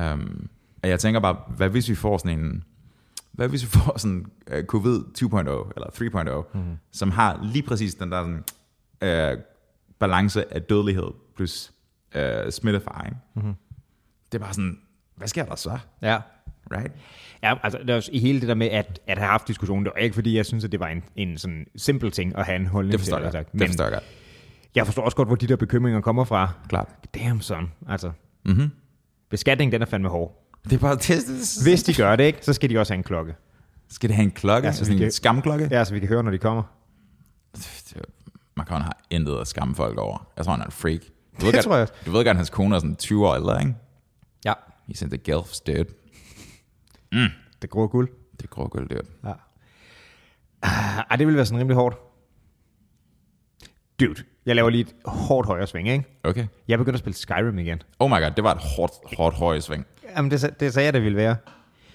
[SPEAKER 1] Um, og jeg tænker bare, hvad hvis vi får sådan en, hvad hvis vi får sådan uh, covid 2.0 eller 3.0, mm. som har lige præcis den der sådan, uh, balance af dødelighed plus uh, smittefaring. Mm-hmm. Det er bare sådan, hvad sker der så?
[SPEAKER 2] Ja.
[SPEAKER 1] Right?
[SPEAKER 2] Ja, altså det er også, i hele det der med at, at have haft diskussionen, det var ikke fordi, jeg synes, at det var en, en sådan simpel ting at have en holdning
[SPEAKER 1] Det forstår
[SPEAKER 2] til.
[SPEAKER 1] jeg
[SPEAKER 2] altså.
[SPEAKER 1] godt.
[SPEAKER 2] Men
[SPEAKER 1] Det forstår jeg godt.
[SPEAKER 2] jeg forstår også godt, hvor de der bekymringer kommer fra.
[SPEAKER 1] Klart.
[SPEAKER 2] Damn son, altså. Mm-hmm. Beskatning, den er fandme hård.
[SPEAKER 1] Det er bare testet.
[SPEAKER 2] Hvis de gør det ikke, så skal de også have en klokke.
[SPEAKER 1] Skal det have en klokke?
[SPEAKER 2] Ja,
[SPEAKER 1] Ja,
[SPEAKER 2] så
[SPEAKER 1] sådan
[SPEAKER 2] vi
[SPEAKER 1] en
[SPEAKER 2] kan-
[SPEAKER 1] skamklokke?
[SPEAKER 2] Ja, så vi kan høre, når de kommer.
[SPEAKER 1] Macron har intet at skamme folk over. Jeg tror, han er en freak. Du ved
[SPEAKER 2] Det
[SPEAKER 1] godt,
[SPEAKER 2] tror jeg også.
[SPEAKER 1] Du ved godt, at hans kone er sådan 20 år ældre, ikke?
[SPEAKER 2] Ja.
[SPEAKER 1] He's in the gelfs, dude.
[SPEAKER 2] Det gror guld.
[SPEAKER 1] Det er gråguld, dude.
[SPEAKER 2] Ja. Ah, ej, det ville være sådan rimelig hårdt. Dude, jeg laver lige et hårdt højre sving, ikke?
[SPEAKER 1] Okay.
[SPEAKER 2] Jeg begynder at spille Skyrim igen.
[SPEAKER 1] Oh my god, det var et hårdt, hårdt højesving.
[SPEAKER 2] Jamen, det, sa- det sagde jeg, det ville være.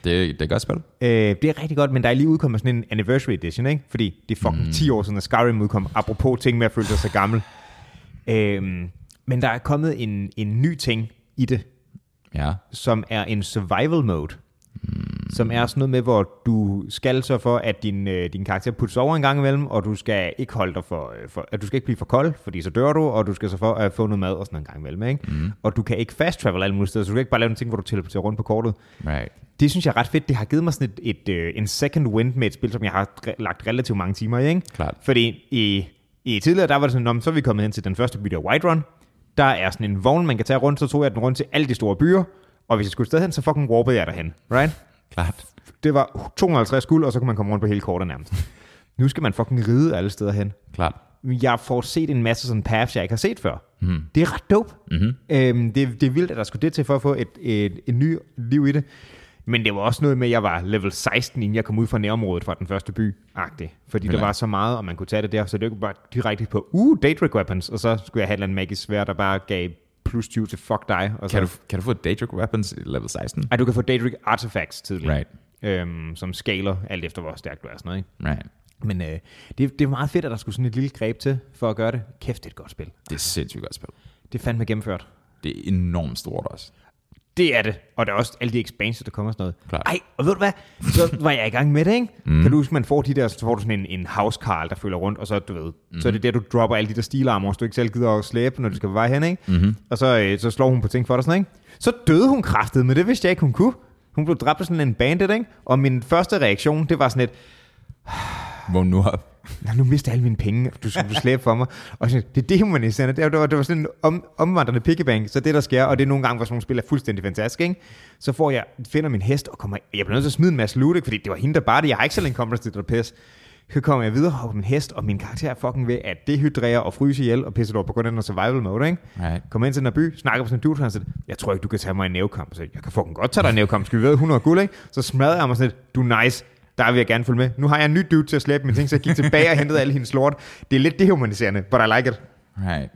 [SPEAKER 1] Det, det er et godt spil.
[SPEAKER 2] Øh, det er rigtig godt, men der er lige udkommet sådan en anniversary edition, ikke? Fordi det er fucking mm. 10 år siden, at Skyrim udkom, apropos ting med at føle sig så gammel. Øhm, men der er kommet en, en ny ting i det,
[SPEAKER 1] Ja.
[SPEAKER 2] som er en survival mode. Mm. Som er sådan noget med, hvor du skal så for, at din, øh, din karakter puttes over en gang imellem, og du skal ikke holde dig for, øh, for, at du skal ikke blive for kold, fordi så dør du, og du skal så for at få noget mad og sådan en gang imellem, ikke? Mm. Og du kan ikke fast travel alle mulige steder, så du kan ikke bare lave en ting, hvor du teleporterer rundt på kortet.
[SPEAKER 1] Right.
[SPEAKER 2] Det synes jeg er ret fedt. Det har givet mig sådan et, et, øh, en second wind med et spil, som jeg har re- lagt relativt mange timer i. Ikke?
[SPEAKER 1] Klart.
[SPEAKER 2] Fordi i, i tidligere, der var det sådan, "Nå, men så er vi kommet hen til den første by, der er White Run. Der er sådan en vogn, man kan tage rundt, så tog jeg den rundt til alle de store byer. Og hvis jeg skulle et sted hen, så fucking warpede jeg derhen. Right?
[SPEAKER 1] Klart.
[SPEAKER 2] Det var 250 guld, og så kunne man komme rundt på hele kortet nærmest. nu skal man fucking ride alle steder hen
[SPEAKER 1] Klart.
[SPEAKER 2] jeg får set en masse sådan paths, jeg ikke har set før.
[SPEAKER 1] Hmm.
[SPEAKER 2] Mm. Det
[SPEAKER 1] Mhm.
[SPEAKER 2] er ret dope. Mm-hmm. Øhm, det, det er vildt, at der skulle det til for at få et, et, et nyt liv i det. Men det var også noget med, at jeg var level 16, inden jeg kom ud fra nærområdet fra den første by. Agtig. Fordi der
[SPEAKER 1] Heller.
[SPEAKER 2] var så meget, og man kunne tage det der, så det var bare direkte på, uh, Daedric Weapons, og så skulle jeg have et eller andet magisk svær, der bare gav plus 20 til fuck dig. Og så,
[SPEAKER 1] Kan du, kan du få Daedric Weapons i level 16?
[SPEAKER 2] Ej, du kan få Daedric Artifacts tidligere,
[SPEAKER 1] Right,
[SPEAKER 2] øhm, som scaler alt efter, hvor stærk du er. og Sådan noget, ikke?
[SPEAKER 1] right.
[SPEAKER 2] Men øh, det, det var meget fedt, at der skulle sådan et lille greb til for at gøre det. Kæft, det er et godt spil.
[SPEAKER 1] Det er sindssygt godt spil.
[SPEAKER 2] Det er fandme gennemført.
[SPEAKER 1] Det er enormt stort også.
[SPEAKER 2] Det er det. Og der er også alle de expansions, der kommer og sådan noget.
[SPEAKER 1] Klart.
[SPEAKER 2] Ej, og ved du hvad? Så var jeg i gang med det, ikke? Mm. Kan du huske, man får de der, så får du sådan en, en house Carl, der følger rundt, og så, du ved, mm. så er det der, du dropper alle de der stilarmer, du ikke selv gider at slæbe, når du skal på vej hen, ikke? Mm-hmm. Og så, øh, så slår hun på ting for dig sådan, ikke? Så døde hun kraftet, men det vidste jeg ikke, hun kunne. Hun blev dræbt af sådan en bandit, ikke? Og min første reaktion, det var sådan et,
[SPEAKER 1] Vågn nu op.
[SPEAKER 2] Nå, nu mister jeg alle mine penge, du skulle slæbe for mig. Og sådan, det er dehumaniserende. Det var, det var, det var sådan en om, omvandrende piggybank, så det der sker, og det er nogle gange, hvor sådan nogle spil er fuldstændig fantastiske, ikke? Så får jeg, finder min hest og kommer, jeg bliver nødt til at smide en masse loot, ikke? fordi det var hende, der bare det. Jeg har ikke selv en kompas til det pis. Så kommer jeg videre på min hest, og min karakter er fucking ved at dehydrere og fryse ihjel og pisse lort på grund af den her survival mode, ikke?
[SPEAKER 1] Right.
[SPEAKER 2] Kom ind til den her by, snakker på sådan en dude, han siger, jeg tror ikke, du kan tage mig i nævekamp. Så jeg kan fucking godt tage dig i nævekamp, skal vi være 100 guld, ikke? Så smadrer jeg mig sådan lidt, du er nice, der vil jeg gerne følge med. Nu har jeg en ny dude til at slæbe mine ting, så jeg gik tilbage og hentede alle hendes lort. Det er lidt dehumaniserende, but I like it.
[SPEAKER 1] Right.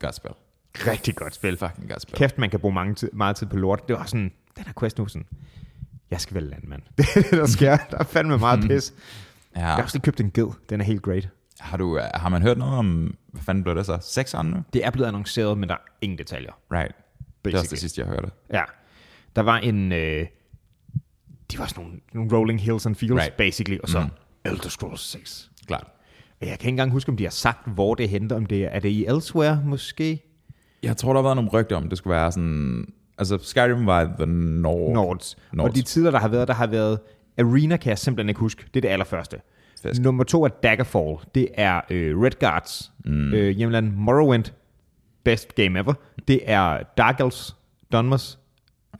[SPEAKER 1] Godt spil.
[SPEAKER 2] Rigtig godt spil.
[SPEAKER 1] Fucking godt spil.
[SPEAKER 2] Kæft, man kan bruge mange tid, meget tid på lort. Det var sådan, den her quest nu sådan, jeg skal være landmand. Det er det, der sker. Der er fandme meget pis. Jeg har
[SPEAKER 1] Ja.
[SPEAKER 2] også lige købt en ged. Den er helt great.
[SPEAKER 1] Har, du, øh, har man hørt noget om, hvad fanden blev det så? Seks år nu?
[SPEAKER 2] Det er blevet annonceret, men der er ingen detaljer.
[SPEAKER 1] Right. Det er også det sidste, jeg hørte.
[SPEAKER 2] Ja. Der var en... Øh, de var sådan nogle, nogle Rolling Hills and Fields, right.
[SPEAKER 1] Right.
[SPEAKER 2] basically, og så mm. Elder Scrolls 6.
[SPEAKER 1] Klart.
[SPEAKER 2] Og jeg kan ikke engang huske, om de har sagt, hvor det henter, om det er, er det i Elsewhere, måske?
[SPEAKER 1] Jeg tror, der har været nogle rygter om, det skulle være sådan... Altså, Skyrim var the North.
[SPEAKER 2] Nords. Nords.
[SPEAKER 1] Nords.
[SPEAKER 2] Og de tidligere, der har været, der har været Arena, kan jeg simpelthen ikke huske. Det er det allerførste.
[SPEAKER 1] Fisk.
[SPEAKER 2] Nummer to er Daggerfall. Det er øh, Red Guards mm. øh, hjemland Morrowind. Best game ever. Det er Dark Elves, Dunmos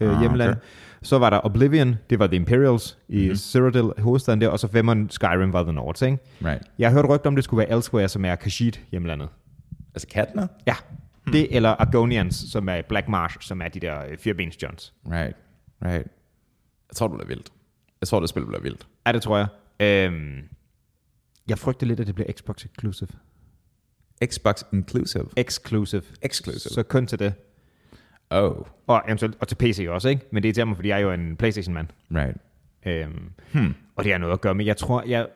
[SPEAKER 2] øh,
[SPEAKER 1] Ah,
[SPEAKER 2] hjemland.
[SPEAKER 1] okay.
[SPEAKER 2] Okay. Så var der Oblivion. Det var The Imperials i mm-hmm. Cyrodiil, hovedstaden der. Og så femmeren Skyrim var The Nords, ikke?
[SPEAKER 1] Right.
[SPEAKER 2] Jeg har hørt rygter om, det skulle være Elsewhere, som er Khajiit hjemlandet.
[SPEAKER 1] Altså, kattene?
[SPEAKER 2] Ja. Hmm. Det eller Argonians, som er Black Marsh, som er de der øh, firebens johns.
[SPEAKER 1] Right. Right. Jeg tror, det bliver vildt. Jeg tror, det spil bliver vildt.
[SPEAKER 2] Ja, det tror jeg. Øhm, jeg frygter lidt, at det bliver Xbox exclusive.
[SPEAKER 1] Xbox inclusive.
[SPEAKER 2] Exclusive.
[SPEAKER 1] Exclusive.
[SPEAKER 2] Så kun til det.
[SPEAKER 1] Oh.
[SPEAKER 2] Og eventuelt og til PC også, ikke? Men det er til mig, fordi jeg er jo en Playstation-mand.
[SPEAKER 1] Right.
[SPEAKER 2] Øhm, hmm. Og det har noget at gøre med. Jeg tror, jeg...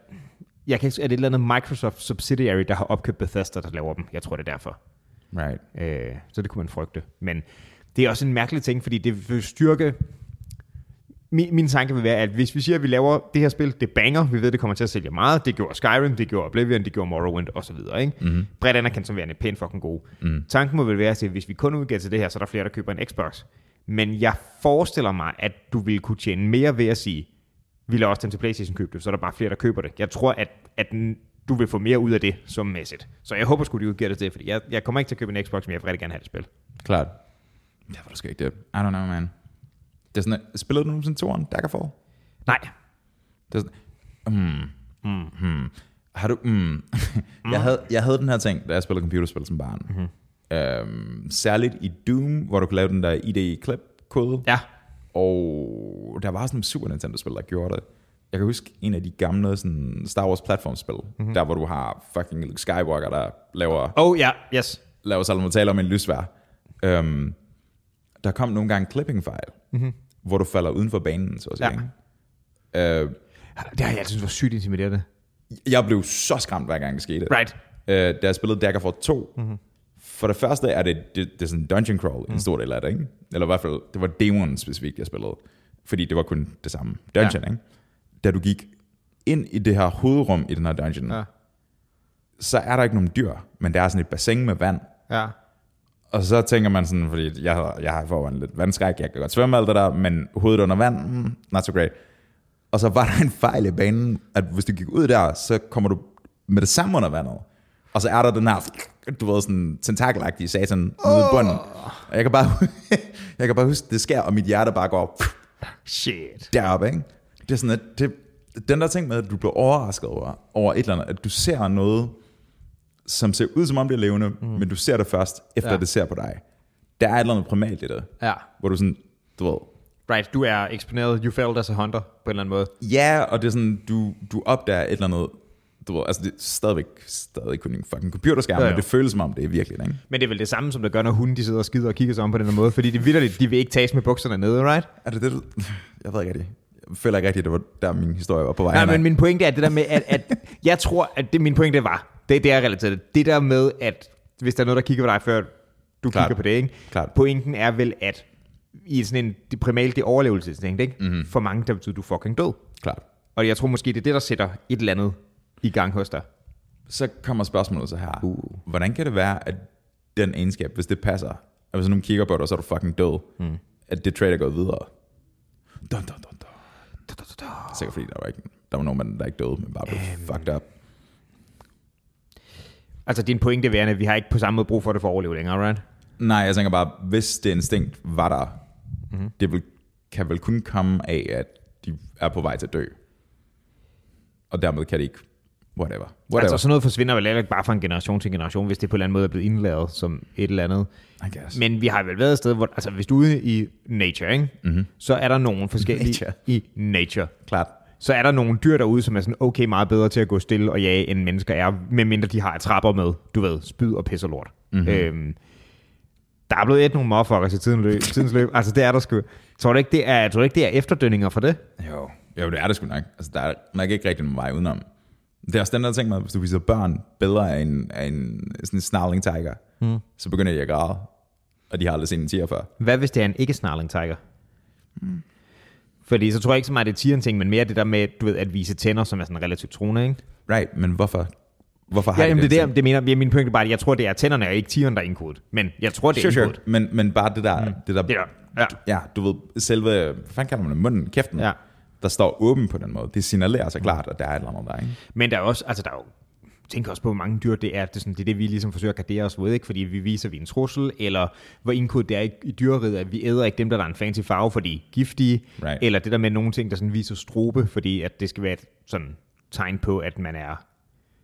[SPEAKER 2] Jeg kan ikke er det et eller andet Microsoft subsidiary, der har opkøbt Bethesda, der laver dem. Jeg tror, det er derfor.
[SPEAKER 1] Right.
[SPEAKER 2] Øh, så det kunne man frygte. Men det er også en mærkelig ting, fordi det vil styrke... Min, min tanke vil være, at hvis vi siger, at vi laver det her spil, det banger, vi ved, det kommer til at sælge meget, det gjorde Skyrim, det gjorde Oblivion, det gjorde Morrowind osv. Mm-hmm. Bredt anerkendt som værende pænt fucking gode. Mm. Tanken må vel være, at hvis vi kun udgiver til det her, så er der flere, der køber en Xbox. Men jeg forestiller mig, at du ville kunne tjene mere ved at sige, vi lader også dem til Playstation købe det, så er der bare flere, der køber det. Jeg tror, at, at den- du vil få mere ud af det som mæssigt. Så jeg håber sgu, de udgiver det til, fordi jeg, jeg kommer ikke til at købe en Xbox, men jeg vil rigtig gerne have det spil.
[SPEAKER 1] Klart. Ja, var du skal ikke det. I don't know, man. Det er sådan, at- spillede du nogensinde toren, Daggerfall?
[SPEAKER 2] Nej,
[SPEAKER 1] Det er sådan, mm, mm, mm. Har du, mm. jeg, havde, jeg havde den her ting, da jeg spillede computerspil som barn. Mm-hmm. Øhm, særligt i Doom, hvor du kunne lave den der ID-klip-kode.
[SPEAKER 2] ja.
[SPEAKER 1] Og der var sådan en Super Nintendo-spil, der gjorde det. Jeg kan huske en af de gamle sådan Star Wars platformspil, mm-hmm. der hvor du har fucking Luke Skywalker, der laver
[SPEAKER 2] Oh ja, yes.
[SPEAKER 1] laver Salomon tale om en lysvær. Øhm, der kom nogle gange clipping fejl, mm-hmm. hvor du falder uden for banen, så at sige. Ja. Øh,
[SPEAKER 2] Det har jeg altid syntes var sygt intimiderende.
[SPEAKER 1] jeg blev så skræmt, hver gang det skete.
[SPEAKER 2] Right. Mhm.
[SPEAKER 1] Øh, da jeg spillede Daggerfall 2, mm-hmm. for det første er det, det, det er sådan en dungeon crawl, mm. en stor del af det, ikke? Eller i hvert fald, det var demonen specifikt, jeg spillede. Fordi det var kun det samme dungeon, ja. ikke? Da du gik ind i det her hovedrum i den her dungeon,
[SPEAKER 2] Ja.
[SPEAKER 1] ja. så er der ikke nogen dyr, men der er sådan et bassin med vand,
[SPEAKER 2] Ja.
[SPEAKER 1] Og så tænker man sådan, fordi jeg, har- jeg har forvejen lidt vandskræk, jeg kan godt svømme og alt det der, men hovedet under vand, mm, not so great. Og så var der en fejl i banen, at hvis du gik ud der, så kommer du med det samme under vandet. Og så er der den her, du ved, sådan tentakelagtige satan nede i bunden. Og jeg kan, bare, jeg kan bare huske, det sker, og mit hjerte bare går
[SPEAKER 2] Shit.
[SPEAKER 1] deroppe, ikke? Det er sådan, at det, den der ting med, at du bliver overrasket over, over et eller andet, at du ser noget, som ser ud som om det er levende, mm. men du ser det først, efter
[SPEAKER 2] Ja.
[SPEAKER 1] ja. det ser på dig. Der er et eller andet primalt i det,
[SPEAKER 2] Ja.
[SPEAKER 1] hvor du sådan, du ved,
[SPEAKER 2] Right, du er eksponeret, you failed as a hunter, på en eller anden måde.
[SPEAKER 1] Ja, og det er sådan, du, du opdager et eller andet, du ved, altså det er stadigvæk, stadig kun en fucking computerskærm,
[SPEAKER 2] Ja,
[SPEAKER 1] ja,
[SPEAKER 2] ja.
[SPEAKER 1] ja. men det føles som om, det er virkelig, ikke?
[SPEAKER 2] Men det er vel det samme, som der gør, når hunden de sidder og skider og kigger sig om på den her måde, fordi det vidderligt, de vil ikke tages med bukserne nede, right?
[SPEAKER 1] Er det det, du... Jeg ved ikke rigtig. Jeg føler ikke rigtigt, at det var der, min historie var på vej.
[SPEAKER 2] Nej,
[SPEAKER 1] hen af.
[SPEAKER 2] men min pointe er det der med, at, at jeg tror, at det, min pointe var, det, det er relateret, det der med, at hvis der er noget, der kigger på dig, før du Klart.
[SPEAKER 1] Klart.
[SPEAKER 2] kigger på det, ikke?
[SPEAKER 1] Klart.
[SPEAKER 2] Pointen er vel, at i sådan en det primalt det overlevelsesinstinkt, ikke? Mm-hmm. For mange, der betyder, du er fucking død.
[SPEAKER 1] Klart.
[SPEAKER 2] Og jeg tror måske, det er det, der sætter et eller andet i gang hos dig.
[SPEAKER 1] Så kommer spørgsmålet så her. Uh. Hvordan kan det være, at den egenskab, hvis det passer, at hvis nogen kigger på dig, så er du fucking død, mm. at det trade er gået videre? Dun, dun, dun, dun. Sikkert fordi, der var, ikke, der var nogen, mand, der ikke døde, men bare blev fucked up.
[SPEAKER 2] Altså, din pointe værende, at vi har ikke på samme måde brug for det for at overleve længere, right?
[SPEAKER 1] Nej, jeg tænker bare, hvis det instinkt var der, mm-hmm. det vil, kan vel kun komme af, at de er på vej til at dø. Og dermed kan de ikke... Whatever. Whatever.
[SPEAKER 2] Altså, sådan noget forsvinder vel heller ikke bare fra en generation til en generation, hvis det på en eller anden måde er blevet indlæret som et eller andet.
[SPEAKER 1] I guess.
[SPEAKER 2] Men vi har vel været et sted, hvor altså, hvis du er ude i nature, ikke? Mm-hmm. så er der nogle forskellige
[SPEAKER 1] Nature.
[SPEAKER 2] i nature.
[SPEAKER 1] Klart.
[SPEAKER 2] Så er der nogle dyr derude, som er sådan okay meget bedre til at gå stille og jage, end mennesker er, medmindre de har trapper med, du ved, spyd og pis og lort. Mm-hmm. Øhm, der er blevet et nogle motherfuckers i tidens løb. Tidens løb. Altså, det er der sgu. Tror du ikke, det er, tror du ikke, det er efterdønninger for det?
[SPEAKER 1] Jo. Jo, det er det sgu nok. Altså, der er nok ikke rigtig nogen vej udenom. Det er også den der ting med, at hvis du viser børn billeder af en, af en sådan en snarling tiger, mm. så begynder de at græde, og de har aldrig set en tiger før.
[SPEAKER 2] Hvad hvis det er en ikke-snarling tiger?
[SPEAKER 1] Mm.
[SPEAKER 2] Fordi så tror jeg ikke så meget, det er tieren ting, men mere det der med, du ved, at vise tænder, som er sådan relativt troende, ikke?
[SPEAKER 1] Right, men hvorfor? Hvorfor har
[SPEAKER 2] Ja,
[SPEAKER 1] de
[SPEAKER 2] jamen, det, er
[SPEAKER 1] ting?
[SPEAKER 2] der, det mener, ja, min pointe er bare, at jeg tror, det er tænderne, og ikke tieren, der er indkodet. Men jeg tror, det er
[SPEAKER 1] Sure, sure.
[SPEAKER 2] indkodet.
[SPEAKER 1] Men, men bare det der, mm. det der,
[SPEAKER 2] Det der. Ja.
[SPEAKER 1] ja, du ved, selve, hvad fanden kalder man det, munden, kæften,
[SPEAKER 2] Ja. Mm.
[SPEAKER 1] der står åben på den måde. Det signalerer så klart, at der er et eller andet der, ikke?
[SPEAKER 2] Men der er også, altså der er jo, tænk også på, hvor mange dyr det er. Det er, sådan, det, er det, vi ligesom forsøger at gardere os ved, ikke? fordi vi viser, at vi er en trussel, eller hvor indkodet det er i, i dyreriet, at vi æder ikke dem, der er en fancy farve, fordi de er giftige,
[SPEAKER 1] Right.
[SPEAKER 2] eller det der med nogle ting, der sådan viser strobe, fordi at det skal være et sådan tegn på, at man er,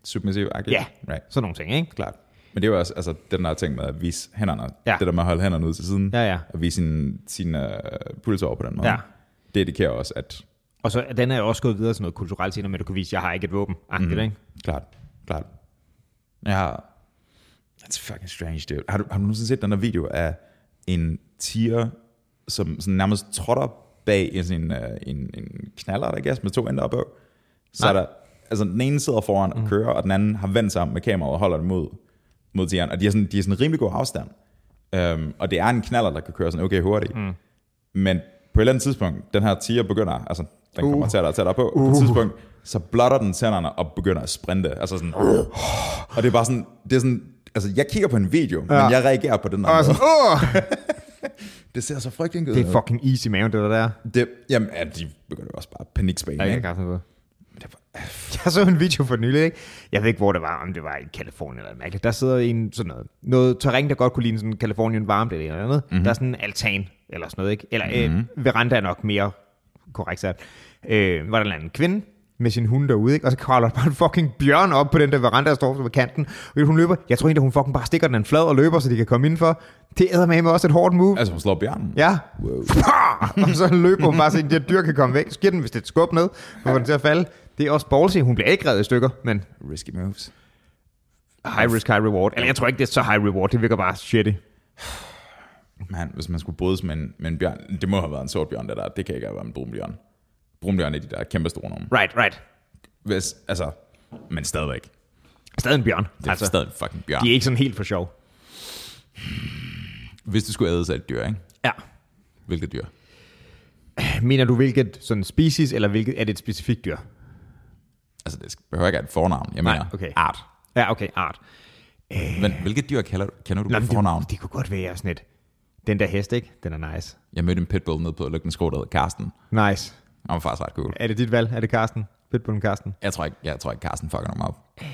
[SPEAKER 1] Submissiv agtigt.
[SPEAKER 2] ja,
[SPEAKER 1] Right,
[SPEAKER 2] sådan nogle ting, ikke?
[SPEAKER 1] klart. Men det er jo også altså, den der ting med at vise hænderne.
[SPEAKER 2] Ja.
[SPEAKER 1] Det der med at holde hænderne ud til siden.
[SPEAKER 2] Ja, ja.
[SPEAKER 1] Og vise sin, sin uh, puls over på den måde.
[SPEAKER 2] Ja.
[SPEAKER 1] Det indikerer også, at
[SPEAKER 2] Og så den er jo også gået videre til noget kulturelt senere, men du kan vise, at jeg har ikke et våben. Mm. Ikke?
[SPEAKER 1] Klart, klart. Jeg har... That's fucking strange, dude. Har du, har du nogensinde set den der video af en tiger, som sådan nærmest trotter bag en, sådan, en, øh, en, en knaller, der gas med to ender på? Så er
[SPEAKER 2] Nej.
[SPEAKER 1] der, altså den ene sidder foran og kører, og den anden har vendt sig om med kameraet og holder den mod, mod tigeren. Og de er sådan, de er sådan rimelig god afstand. Um, og det er en knaller, der kan køre sådan okay hurtigt. Mm. Men på et eller andet tidspunkt, den her tiger begynder, altså den kommer
[SPEAKER 2] Uh.
[SPEAKER 1] tættere og tættere på, uh. på et tidspunkt, så blotter den tænderne og begynder at sprinte. Altså sådan, og det er bare sådan, det er sådan, altså jeg kigger på en video, ja. men jeg reagerer på den der måde.
[SPEAKER 2] åh!
[SPEAKER 1] Det ser så frygteligt ud.
[SPEAKER 2] Altså- Det er fucking easy maven, det der. der.
[SPEAKER 1] det, jamen, ja, de begynder jo også bare at panikspænde.
[SPEAKER 2] Jeg,
[SPEAKER 1] Ja,
[SPEAKER 2] kan
[SPEAKER 1] ikke?
[SPEAKER 2] ikke på.
[SPEAKER 1] Det er bare,
[SPEAKER 2] jeg så en video for nylig, ikke? Jeg ved ikke, hvor det var, om det var i Kalifornien eller mærkeligt. Der sidder en sådan noget, noget terræn, der godt kunne ligne sådan Kalifornien varmt eller noget andet.
[SPEAKER 1] Mhm.
[SPEAKER 2] Mm-hmm. Der er sådan en altan eller sådan noget, ikke? Eller mm-hmm. øh, veranda er nok mere korrekt sagt. Øh, var der en eller anden kvinde med sin hund derude, ikke? Og så kravler der bare en fucking bjørn op på den der veranda, der står på kanten. Og hun løber. Jeg tror egentlig, hun fucking bare stikker den flad og løber, så de kan komme indenfor. Det æder med også et hårdt move.
[SPEAKER 1] altså hun slår bjørnen.
[SPEAKER 2] Ja. Wow. Og så løber hun bare, så de her dyr kan komme væk. Så giver den, hvis det er et skub ned, og får den til at falde. Det er også ballsy. Hun bliver ikke reddet i stykker, men
[SPEAKER 1] Risky moves.
[SPEAKER 2] high risk, high reward. Eller jeg tror ikke, det er så high reward. Det virker bare shitty.
[SPEAKER 1] Man, hvis man skulle brydes med en, med en bjørn, det må have været en sort bjørn, det der. Det kan ikke have været en brun bjørn. Brun bjørn er de der kæmpe store nogen.
[SPEAKER 2] Right, right.
[SPEAKER 1] Hvis, altså, men stadigvæk. Det
[SPEAKER 2] Stadig en bjørn.
[SPEAKER 1] er
[SPEAKER 2] Altså,
[SPEAKER 1] stadig en fucking bjørn.
[SPEAKER 2] de er ikke sådan helt for sjov.
[SPEAKER 1] Hvis du skulle æde sig et dyr, ikke?
[SPEAKER 2] Ja.
[SPEAKER 1] Hvilket dyr?
[SPEAKER 2] Mener du, hvilket sådan species, eller hvilket er det et specifikt dyr?
[SPEAKER 1] Altså, det behøver ikke at have et fornavn. Jeg
[SPEAKER 2] Nej,
[SPEAKER 1] mener,
[SPEAKER 2] okay.
[SPEAKER 1] art.
[SPEAKER 2] Ja, okay, art.
[SPEAKER 1] Men hvilket dyr kalder, kender du på
[SPEAKER 2] men
[SPEAKER 1] fornavn?
[SPEAKER 2] det, det, kunne godt være sådan et... Den der hest, ikke? Den er nice.
[SPEAKER 1] Jeg mødte en pitbull nede på Lykken Skro, der hed Karsten.
[SPEAKER 2] Nice.
[SPEAKER 1] Han var faktisk ret cool.
[SPEAKER 2] Er det dit valg? Er det Karsten? Pitbullen Karsten?
[SPEAKER 1] Jeg tror ikke, jeg tror ikke Karsten fucker nogen op.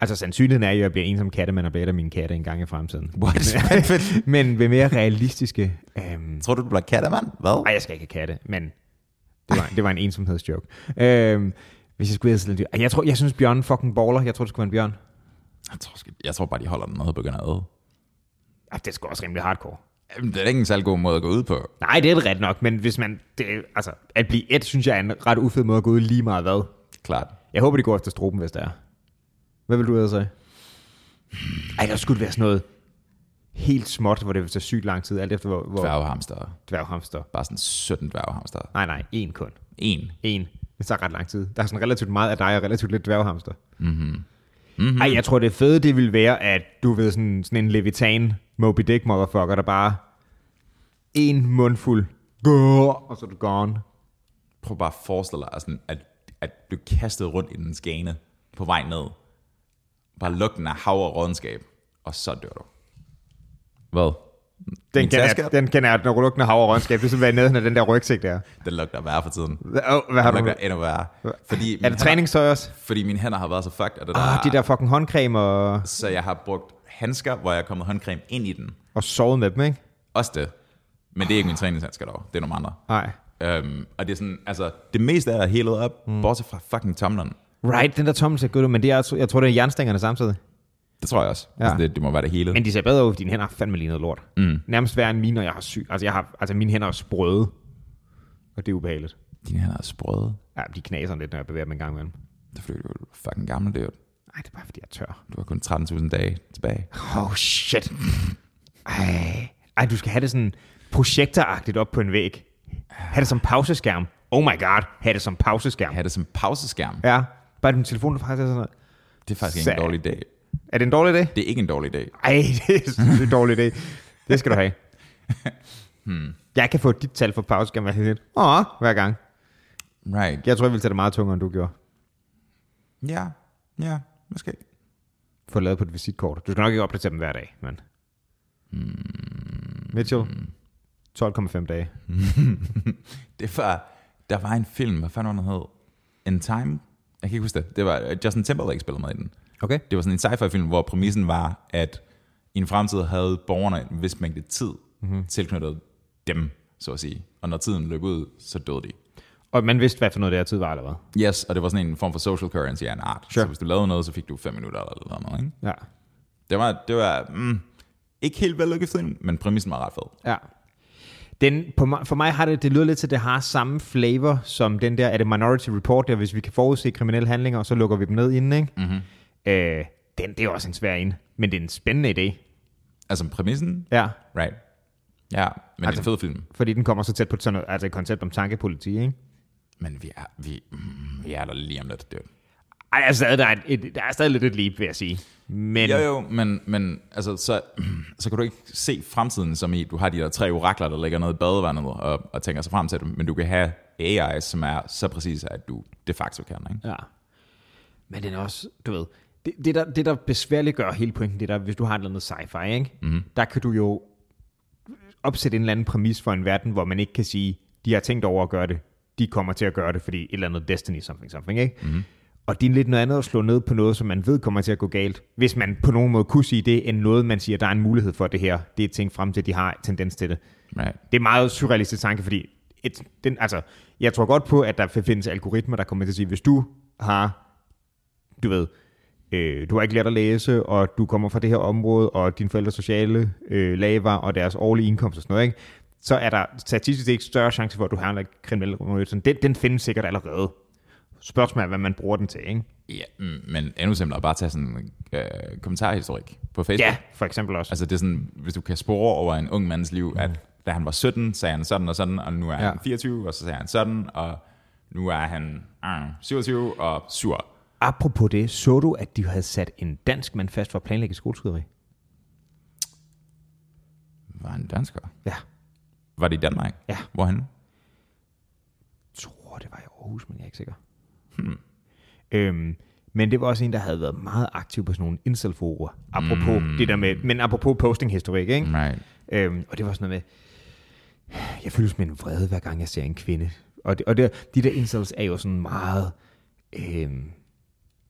[SPEAKER 2] Altså sandsynligheden er jo, at jeg bliver en som kattemand og bliver et af mine katte en gang i fremtiden.
[SPEAKER 1] What?
[SPEAKER 2] men ved mere realistiske... Øhm,
[SPEAKER 1] tror du, du bliver kattemand? Hvad?
[SPEAKER 2] ej, jeg skal ikke have katte, men det var, det var en ensomhedsjoke. Øhm, hvis jeg skulle have sådan et dyr. Ej, Jeg, tror, jeg synes, bjørnen fucking baller. Jeg tror, det skulle være en bjørn.
[SPEAKER 1] Jeg tror, sgu- jeg tror bare, de holder den nede og begynder at æde.
[SPEAKER 2] Ej, det er sgu også rimelig hardcore.
[SPEAKER 1] Jamen, det er da ikke en særlig god måde at gå ud på.
[SPEAKER 2] Nej, det er det ret nok, men hvis man, det, altså, at blive et, synes jeg er en ret ufed måde at gå ud lige meget hvad.
[SPEAKER 1] Klart.
[SPEAKER 2] Jeg håber, de går efter stroben, hvis det er. Hvad vil du ellers sige? Ej, der skulle være sådan noget helt småt, hvor det vil tage sygt lang tid, alt efter hvor, hvor
[SPEAKER 1] Dværghamster.
[SPEAKER 2] dværghamster.
[SPEAKER 1] Bare sådan 17 dværghamster.
[SPEAKER 2] Nej, nej, en kun.
[SPEAKER 1] En.
[SPEAKER 2] En. Det tager ret lang tid. Der er sådan relativt meget af dig og relativt lidt dværghamster. Mm-hmm. Mm-hmm. Ej, jeg tror det fede, det ville være, at du ved sådan, sådan en levitan Moby Dick motherfucker, der bare en mundfuld, Gå, og så er du gone.
[SPEAKER 1] Prøv bare at forestille dig, sådan, at, at blive kastet rundt i den skane på vej ned. Bare lugten af hav og rådenskab, og så dør du. Hvad?
[SPEAKER 2] Den
[SPEAKER 1] Min
[SPEAKER 2] kender,
[SPEAKER 1] taske
[SPEAKER 2] jeg, den kender jeg, den rullende hav og rådskab. Det er simpelthen nede af den der rygsæk der.
[SPEAKER 1] Den lugter værre for tiden.
[SPEAKER 2] Hvad, oh, hvad har
[SPEAKER 1] Den
[SPEAKER 2] du?
[SPEAKER 1] lugter endnu værre. Fordi
[SPEAKER 2] Er
[SPEAKER 1] mine
[SPEAKER 2] det
[SPEAKER 1] hænder-
[SPEAKER 2] træningstøj også?
[SPEAKER 1] Fordi mine hænder har været så fucked af det der.
[SPEAKER 2] Ah, de der fucking håndcreme og,
[SPEAKER 1] Så jeg har brugt handsker, hvor jeg har kommet håndcreme ind i den.
[SPEAKER 2] og sovet med dem, ikke?
[SPEAKER 1] Også det. Men det er ikke min træningshandsker dog. Det er nogle andre.
[SPEAKER 2] Nej.
[SPEAKER 1] Øhm, og det er sådan, altså, det meste er helet op, mm. bortset fra fucking tomleren.
[SPEAKER 2] Right, den der tommelse, gud, men det er, altså- jeg tror, det er jernstængerne samtidig.
[SPEAKER 1] Det tror jeg også. Ja.
[SPEAKER 2] Ja.
[SPEAKER 1] Altså, det, det må være det hele.
[SPEAKER 2] Men de ser bedre ud, fordi dine hænder har fandme lige noget lort. Mm. Nærmest værre end mine, når jeg har syg. Altså, jeg har, altså mine hænder er sprøde. Og det er ubehageligt.
[SPEAKER 1] Dine hænder er sprøde.
[SPEAKER 2] Ja, de knaser lidt, når jeg bevæger dem en gang imellem.
[SPEAKER 1] Det er fordi, du er fucking gammel, det er jo.
[SPEAKER 2] Nej, det er bare, fordi jeg er tør.
[SPEAKER 1] Du har kun 13.000 dage tilbage.
[SPEAKER 2] Oh, shit. Ej. Ej, du skal have det sådan projektoragtigt op på en væg. Ha' det som pauseskærm. Oh my god, ha' det som pauseskærm.
[SPEAKER 1] Ha' det som pauseskærm. Ja.
[SPEAKER 2] Ja, bare din telefon, der faktisk er sådan noget.
[SPEAKER 1] Det er faktisk ikke en
[SPEAKER 2] Sag.
[SPEAKER 1] dårlig dag.
[SPEAKER 2] Er det en dårlig idé?
[SPEAKER 1] Det er ikke en dårlig dag.
[SPEAKER 2] Ej, det er sådan en dårlig idé. Det skal du have. Jeg kan få dit tal for pauseskærm hver gang. Åh, hver gang.
[SPEAKER 1] Right. Ja.
[SPEAKER 2] Jeg tror, jeg ville tage det meget tungere, end du gjorde.
[SPEAKER 1] Ja, ja måske.
[SPEAKER 2] Få lavet på et visitkort. Du skal nok ikke opdatere dem hver dag, men... Mitchell, 12,5 dage.
[SPEAKER 1] Det var, der var en film, hvad fanden var den hed? In Time? Jeg kan ikke huske det. Det var øh, Justin Timberlake spillede med i den.
[SPEAKER 2] Okay.
[SPEAKER 1] Det var sådan en sci-fi film, hvor præmissen var, at i en fremtid havde borgerne en vis mængde tid mm-hmm.
[SPEAKER 2] Mhm.
[SPEAKER 1] tilknyttet dem, så at sige. Og når tiden løb ud, så døde de.
[SPEAKER 2] Og man vidste, hvad for noget det her tid var, eller hvad?
[SPEAKER 1] Yes, og det var sådan en form for social currency af en art.
[SPEAKER 2] Sure.
[SPEAKER 1] Så hvis du lavede noget, så fik du 5 minutter eller sådan noget. Ikke?
[SPEAKER 2] Ja.
[SPEAKER 1] Det var, det var mm, ikke helt vellykket film, men præmissen var ret fed.
[SPEAKER 2] ja. Den, på, mig- for mig har det, det lyder lidt til, at det har samme flavor som den der, er det Minority Report, der hvis vi kan forudse kriminelle handlinger, så lukker vi dem ned inden, ikke? Mm-hmm. Øh, den, det er også en svær en, men det er en spændende idé.
[SPEAKER 1] Altså præmissen,
[SPEAKER 2] Ja,
[SPEAKER 1] right. Ja, men altså,
[SPEAKER 2] Altså-
[SPEAKER 1] det er en fed film.
[SPEAKER 2] fordi den kommer så tæt på sådan noget, altså et koncept om tankepoliti, ikke?
[SPEAKER 1] Men vi er, vi, mm, vi er der lige om lidt. Det.
[SPEAKER 2] Ej, der er stadig, der er et, der er stadig lidt et leap, vil jeg sige. Men,
[SPEAKER 1] Jo jo, men, men altså, så, så kan du ikke se fremtiden som i, du har de der tre orakler, der ligger nede i badevandet og, og tænker sig frem til det, men du kan have AI, som er så præcis, at du de facto kan. Ikke?
[SPEAKER 2] Ja. Men den er også, du ved, det, det, der, det der besværligt gør hele pointen, det der, hvis du har et eller andet sci-fi, ikke? Mm-hmm. der kan du jo opsætte en eller anden præmis for en verden, hvor man ikke kan sige, de har tænkt over at gøre det, de kommer til at gøre det, fordi et eller andet destiny something something, ikke? Mm-hmm. Og det er lidt noget andet at slå ned på noget, som man ved kommer til at gå galt, hvis man på nogen måde kunne sige det, end noget, man siger, der er en mulighed for det her. Det er tænkt frem til, at de har tendens til det.
[SPEAKER 1] Right.
[SPEAKER 2] Det er meget surrealistisk tanke, fordi et, den, altså, jeg tror godt på, at der findes algoritmer, der kommer til at sige, hvis du har, du ved, øh, du har ikke lært at læse, og du kommer fra det her område, og dine forældres sociale øh, lag var, og deres årlige indkomst og sådan noget, ikke? så er der statistisk ikke større chance for, at du har en kriminel miljø. Sådan, Den, den findes sikkert allerede. Spørgsmålet er, hvad man bruger den til, ikke?
[SPEAKER 1] Ja, mm, men endnu simplere, bare tage sådan en øh, kommentarhistorik på Facebook.
[SPEAKER 2] Ja, for eksempel også.
[SPEAKER 1] Altså det er sådan, hvis du kan spore over en ung mands liv, at da han var 17, sagde han sådan og sådan, og nu er ja.
[SPEAKER 2] Ja.
[SPEAKER 1] han 24, og så sagde han sådan, og nu er han øh, 27 og sur.
[SPEAKER 2] Apropos det, så du, at de havde sat en dansk mand fast for at planlægge skoleskyderi?
[SPEAKER 1] Var han dansker?
[SPEAKER 2] Ja.
[SPEAKER 1] Var det i Danmark?
[SPEAKER 2] Ja.
[SPEAKER 1] Hvor han?
[SPEAKER 2] tror, det var i Aarhus, men jeg er ikke sikker. Hmm. Øhm, men det var også en, der havde været meget aktiv på sådan nogle incel-forer. Apropos mm. det der med, men apropos posting-historik, ikke?
[SPEAKER 1] Right.
[SPEAKER 2] Øhm, og det var sådan noget med, jeg føles med en vrede, hver gang jeg ser en kvinde. Og, det, og det, de der incels er jo sådan meget, øhm,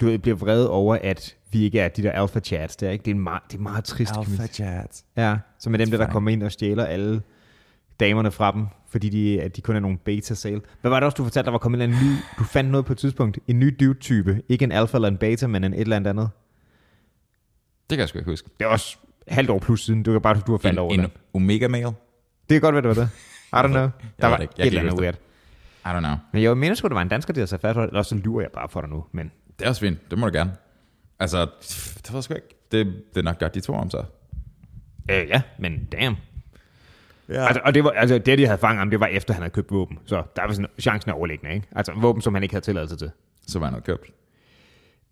[SPEAKER 2] du ved, bliver vrede over, at vi ikke er de der alpha chats der, ikke? Det er, en meget, det er meget trist. kan man sige.
[SPEAKER 1] chat.
[SPEAKER 2] Ja, som er dem, der, der
[SPEAKER 1] fine.
[SPEAKER 2] kommer ind og stjæler alle damerne fra dem, fordi de, at de kun er nogle beta-sale. Hvad var det også, du fortalte, der var kommet en eller anden ny... Du fandt noget på et tidspunkt. En ny dude-type. Ikke en alfa eller en beta, men en et eller andet andet.
[SPEAKER 1] Det kan jeg sgu ikke huske.
[SPEAKER 2] Det er også halvt år plus siden. Du kan bare du har faldet over
[SPEAKER 1] en,
[SPEAKER 2] det.
[SPEAKER 1] en omega mail?
[SPEAKER 2] Det kan godt være, det var det. I don't know. Der
[SPEAKER 1] ved
[SPEAKER 2] var
[SPEAKER 1] det
[SPEAKER 2] et
[SPEAKER 1] ikke. Jeg kan ikke
[SPEAKER 2] eller andet
[SPEAKER 1] huske det.
[SPEAKER 2] weird.
[SPEAKER 1] I don't know.
[SPEAKER 2] Men jeg mener sgu, der var en dansker, der havde sat fat for det, eller så lyver jeg bare for dig nu. Men
[SPEAKER 1] Det er også fint. Det må du gerne. Altså, pff, det var sgu ikke. Det, det er nok godt, de to om sig.
[SPEAKER 2] øh, ja, men damn.
[SPEAKER 1] Ja.
[SPEAKER 2] Altså, og det, var, altså, det, de havde fanget ham, det var efter, han havde købt våben. Så der var sådan, chancen er overliggende, ikke? Altså våben, som han ikke havde tilladelse til.
[SPEAKER 1] Så var han noget købt.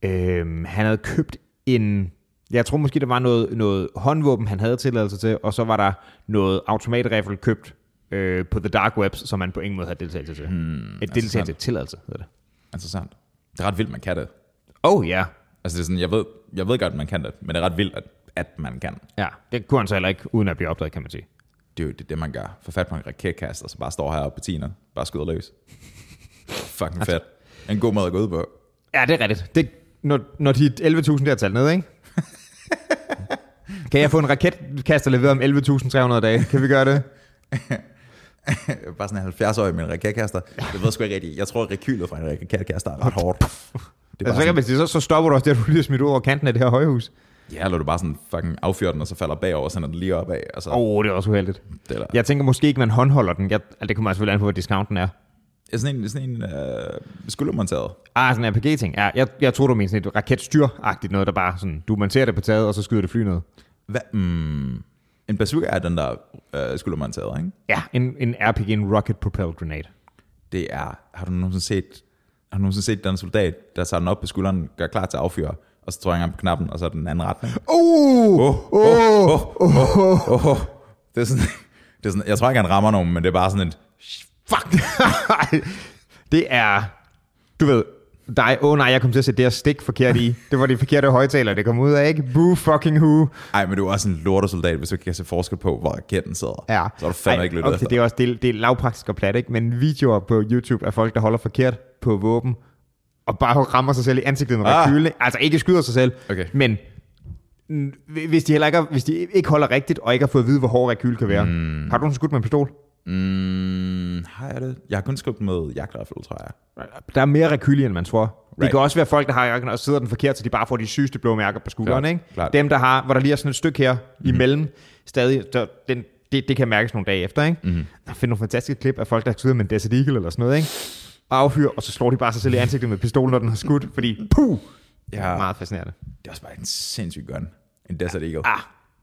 [SPEAKER 2] Øhm, han havde købt en... Jeg tror måske, der var noget, noget håndvåben, han havde tilladelse til, og så var der noget automatriffel købt øh, på The Dark Web, som han på ingen måde havde deltagelse til. Hmm, Et deltagelse
[SPEAKER 1] sandt.
[SPEAKER 2] til tilladelse, hedder det.
[SPEAKER 1] Interessant. Det er ret vildt, man kan det.
[SPEAKER 2] Oh ja. Yeah.
[SPEAKER 1] Altså, det er sådan, jeg ved, jeg ved godt, man kan det, men det er ret vildt, at, at man kan.
[SPEAKER 2] Ja, det kunne han så heller ikke, uden at blive opdaget, kan man sige.
[SPEAKER 1] Det er jo det, er det man gør. Få fat på en raketkast, og så bare står heroppe på tierne. Bare skyder løs. Fucking fedt. En god måde at gå ud på.
[SPEAKER 2] Ja, det er rigtigt. Det, når, når de 11.000 der er talt ned, ikke? kan jeg få en raketkaster leveret om 11.300 dage? Kan vi gøre det?
[SPEAKER 1] Bare sådan en 70-årig med en raketkaster. Det ved jeg sgu ikke rigtigt. Jeg tror, at rekylet fra en raketkaster er ret hårdt. Det er
[SPEAKER 2] Altså,
[SPEAKER 1] bare
[SPEAKER 2] så, kan
[SPEAKER 1] sådan,
[SPEAKER 2] man sige, så, så stopper du også det, at du lige smidt ud over kanten af det her højhus.
[SPEAKER 1] ja, eller du bare sådan fucking affyrer den, og så falder bagover, og sender den lige opad. Altså,
[SPEAKER 2] Åh, oh, det er også uheldigt.
[SPEAKER 1] det er, der.
[SPEAKER 2] Jeg tænker måske ikke, man håndholder den. Jeg, altså, det kommer jeg selvfølgelig an på, hvad discounten er.
[SPEAKER 1] Det er sådan en, sådan en øh, skuldermonteret.
[SPEAKER 2] Ah, sådan en RPG-ting. Ja, jeg, jeg tror, du mener sådan et raketstyr-agtigt noget, der bare sådan, du monterer det på taget, og så skyder det fly ned.
[SPEAKER 1] Hvad? Mm, en bazooka er den der øh, skuldermonteret, ikke?
[SPEAKER 2] Ja, en, en RPG, en rocket propel grenade.
[SPEAKER 1] det er, har du nogensinde set, har du nogensinde set den soldat, der tager den op på skulderen, gør klar til at affyre, og så trykker han på knappen, og så er den anden retning.
[SPEAKER 2] Uh!
[SPEAKER 1] Åh, åh, åh, åh, åh, åh. Det er sådan, det er sådan, jeg tror ikke, han rammer nogen, men det er bare sådan et,
[SPEAKER 2] Fuck! det er, du ved, dig, åh oh, nej, jeg kom til at sætte det her stik forkert i. Det var de forkerte højtaler, det kom ud af, ikke? Boo fucking who.
[SPEAKER 1] ej, men du er også en lortesoldat, hvis du ikke kan se forskel på, hvor raketten sidder.
[SPEAKER 2] Ja.
[SPEAKER 1] Så er du fandme
[SPEAKER 2] Ej,
[SPEAKER 1] ikke lyttet
[SPEAKER 2] okay,
[SPEAKER 1] efter.
[SPEAKER 2] det er også det, er- det er lavpraktisk og plat, ikke? Men videoer på YouTube af folk, der holder forkert på våben, og bare rammer sig selv i ansigtet med
[SPEAKER 1] Ah.
[SPEAKER 2] ah. rekyle. Altså ikke skyder sig selv,
[SPEAKER 1] Okay.
[SPEAKER 2] men mm, hvis de, heller ikke har, hvis de ikke holder rigtigt, og ikke har fået at vide, hvor hård rekyle kan være.
[SPEAKER 1] Hmm.
[SPEAKER 2] Mm. Har du nogensinde skudt med en pistol?
[SPEAKER 1] Mm, har jeg det? Jeg har kun skudt med jagtraffel, tror jeg.
[SPEAKER 2] Der er mere rekylie, end man tror. Det
[SPEAKER 1] Right.
[SPEAKER 2] kan også være folk, der har jakken, og sidder den forkert, så de bare får de sygeste blå mærker på skulderen.
[SPEAKER 1] Klart,
[SPEAKER 2] Ikke?
[SPEAKER 1] klart.
[SPEAKER 2] Dem, der har, hvor der lige er sådan et stykke her mm-hmm. imellem, stadig, der, den, det, det, kan mærkes nogle dage efter. Ikke? Mm-hmm. Der finder nogle fantastiske klip af folk, der sidder med en Desert Eagle eller sådan noget, ikke? og affyrer, og så slår de bare sig selv i ansigtet med pistolen, når den har skudt, fordi puh,
[SPEAKER 1] Ja.
[SPEAKER 2] meget fascinerende.
[SPEAKER 1] Det er også bare en sindssyg gun. En Desert Eagle.
[SPEAKER 2] Ah.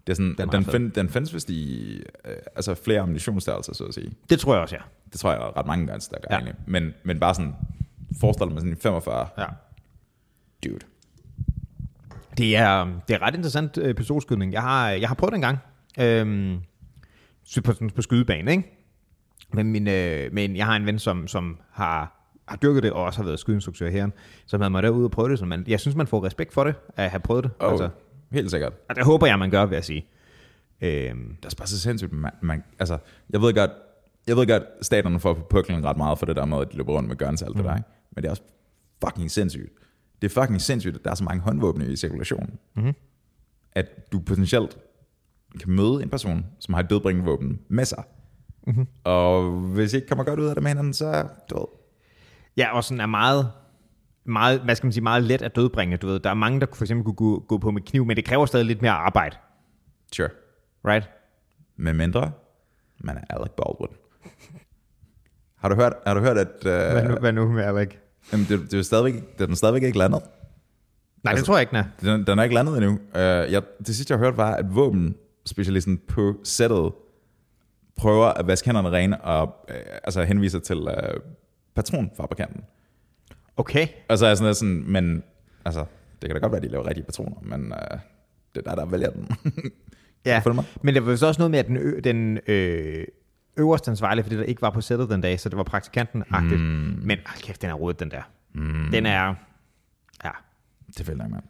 [SPEAKER 1] det er sådan, den, den,
[SPEAKER 2] meget fed.
[SPEAKER 1] find, den findes vist i øh, altså flere ammunitionsstørrelser, så at sige.
[SPEAKER 2] Det tror jeg også, ja.
[SPEAKER 1] Det tror jeg er ret mange guns, der gør
[SPEAKER 2] Ja.
[SPEAKER 1] ja. egentlig. Men, men bare sådan, forestil dig med sådan en 45,
[SPEAKER 2] ja.
[SPEAKER 1] dude.
[SPEAKER 2] Det er, det er ret interessant øh, pistolskydning. Jeg har, jeg har prøvet det en gang. Øhm, sy- på, sådan- på skydebanen, ikke? Men, min, øh, men jeg har en ven, som, som har, har dyrket det, og også har været skydeinstruktør her, som havde mig derude og prøve det. Så man, jeg synes, man får respekt for det, at have prøvet det.
[SPEAKER 1] Oh, altså. Helt sikkert.
[SPEAKER 2] og det håber jeg, man gør, vil jeg sige. Øhm,
[SPEAKER 1] Det er også bare så sindssygt, man, man, altså, jeg ved godt, jeg ved godt, staterne får på puklen ret meget for det der med, at de løber rundt med guns og alt mm. det der, ikke? men det er også fucking sindssygt. Det er fucking sindssygt, at der er så mange håndvåben i cirkulationen, mm. at du potentielt kan møde en person, som har et dødbringende våben med sig, mm. og hvis I ikke kommer godt ud af det med hinanden, så du ved,
[SPEAKER 2] ja, og sådan er meget, meget, hvad skal man sige, meget let at dødbringe. Du ved, der er mange, der for eksempel kunne gå, gå på med kniv, men det kræver stadig lidt mere arbejde,
[SPEAKER 1] sure.
[SPEAKER 2] right?
[SPEAKER 1] Med mindre, man er Alec Baldwin. Har du hørt, har du hørt at
[SPEAKER 2] Hvad
[SPEAKER 1] øh,
[SPEAKER 2] nu, hvad nu med Alec?
[SPEAKER 1] jamen, det, det er jo stadigvæk, det er den stadigvæk ikke landet?
[SPEAKER 2] Nej,
[SPEAKER 1] Altså-
[SPEAKER 2] det tror jeg ikke, nej.
[SPEAKER 1] Den, den er ikke landet endnu. Uh, jeg, det sidste, jeg hørte, var, at våbenspecialisten på sættet prøver at vaske hænderne rene og øh, altså henviser til øh, patronfabrikanten.
[SPEAKER 2] Okay.
[SPEAKER 1] Og så er jeg sådan, lidt sådan, men altså, det kan da godt være, at de laver rigtige patroner, men øh, det er der, der vælger den. Kan
[SPEAKER 2] Ja,
[SPEAKER 1] du følge mig?
[SPEAKER 2] men der var så også noget med, at den, ø- den øh, øverste ansvarlige, fordi der ikke var på sættet den dag, så det var praktikanten-agtigt. Mm. Men oh, kæft, den er rodet, den der. Mm. Den er... Ja.
[SPEAKER 1] det er nok, mand.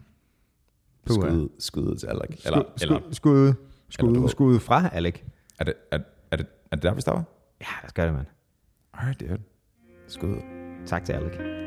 [SPEAKER 2] Puha.
[SPEAKER 1] Skud, skud til Alec. Skud, eller,
[SPEAKER 2] Skud,
[SPEAKER 1] eller
[SPEAKER 2] skud, skud,
[SPEAKER 1] eller du
[SPEAKER 2] skud,
[SPEAKER 1] ved.
[SPEAKER 2] skud fra, Alec.
[SPEAKER 1] er, det, er, er, det, er det der, vi stopper?
[SPEAKER 2] Ja, lad os gøre det, mand.
[SPEAKER 1] Alright, dude. Skud.
[SPEAKER 2] Tak til Alec.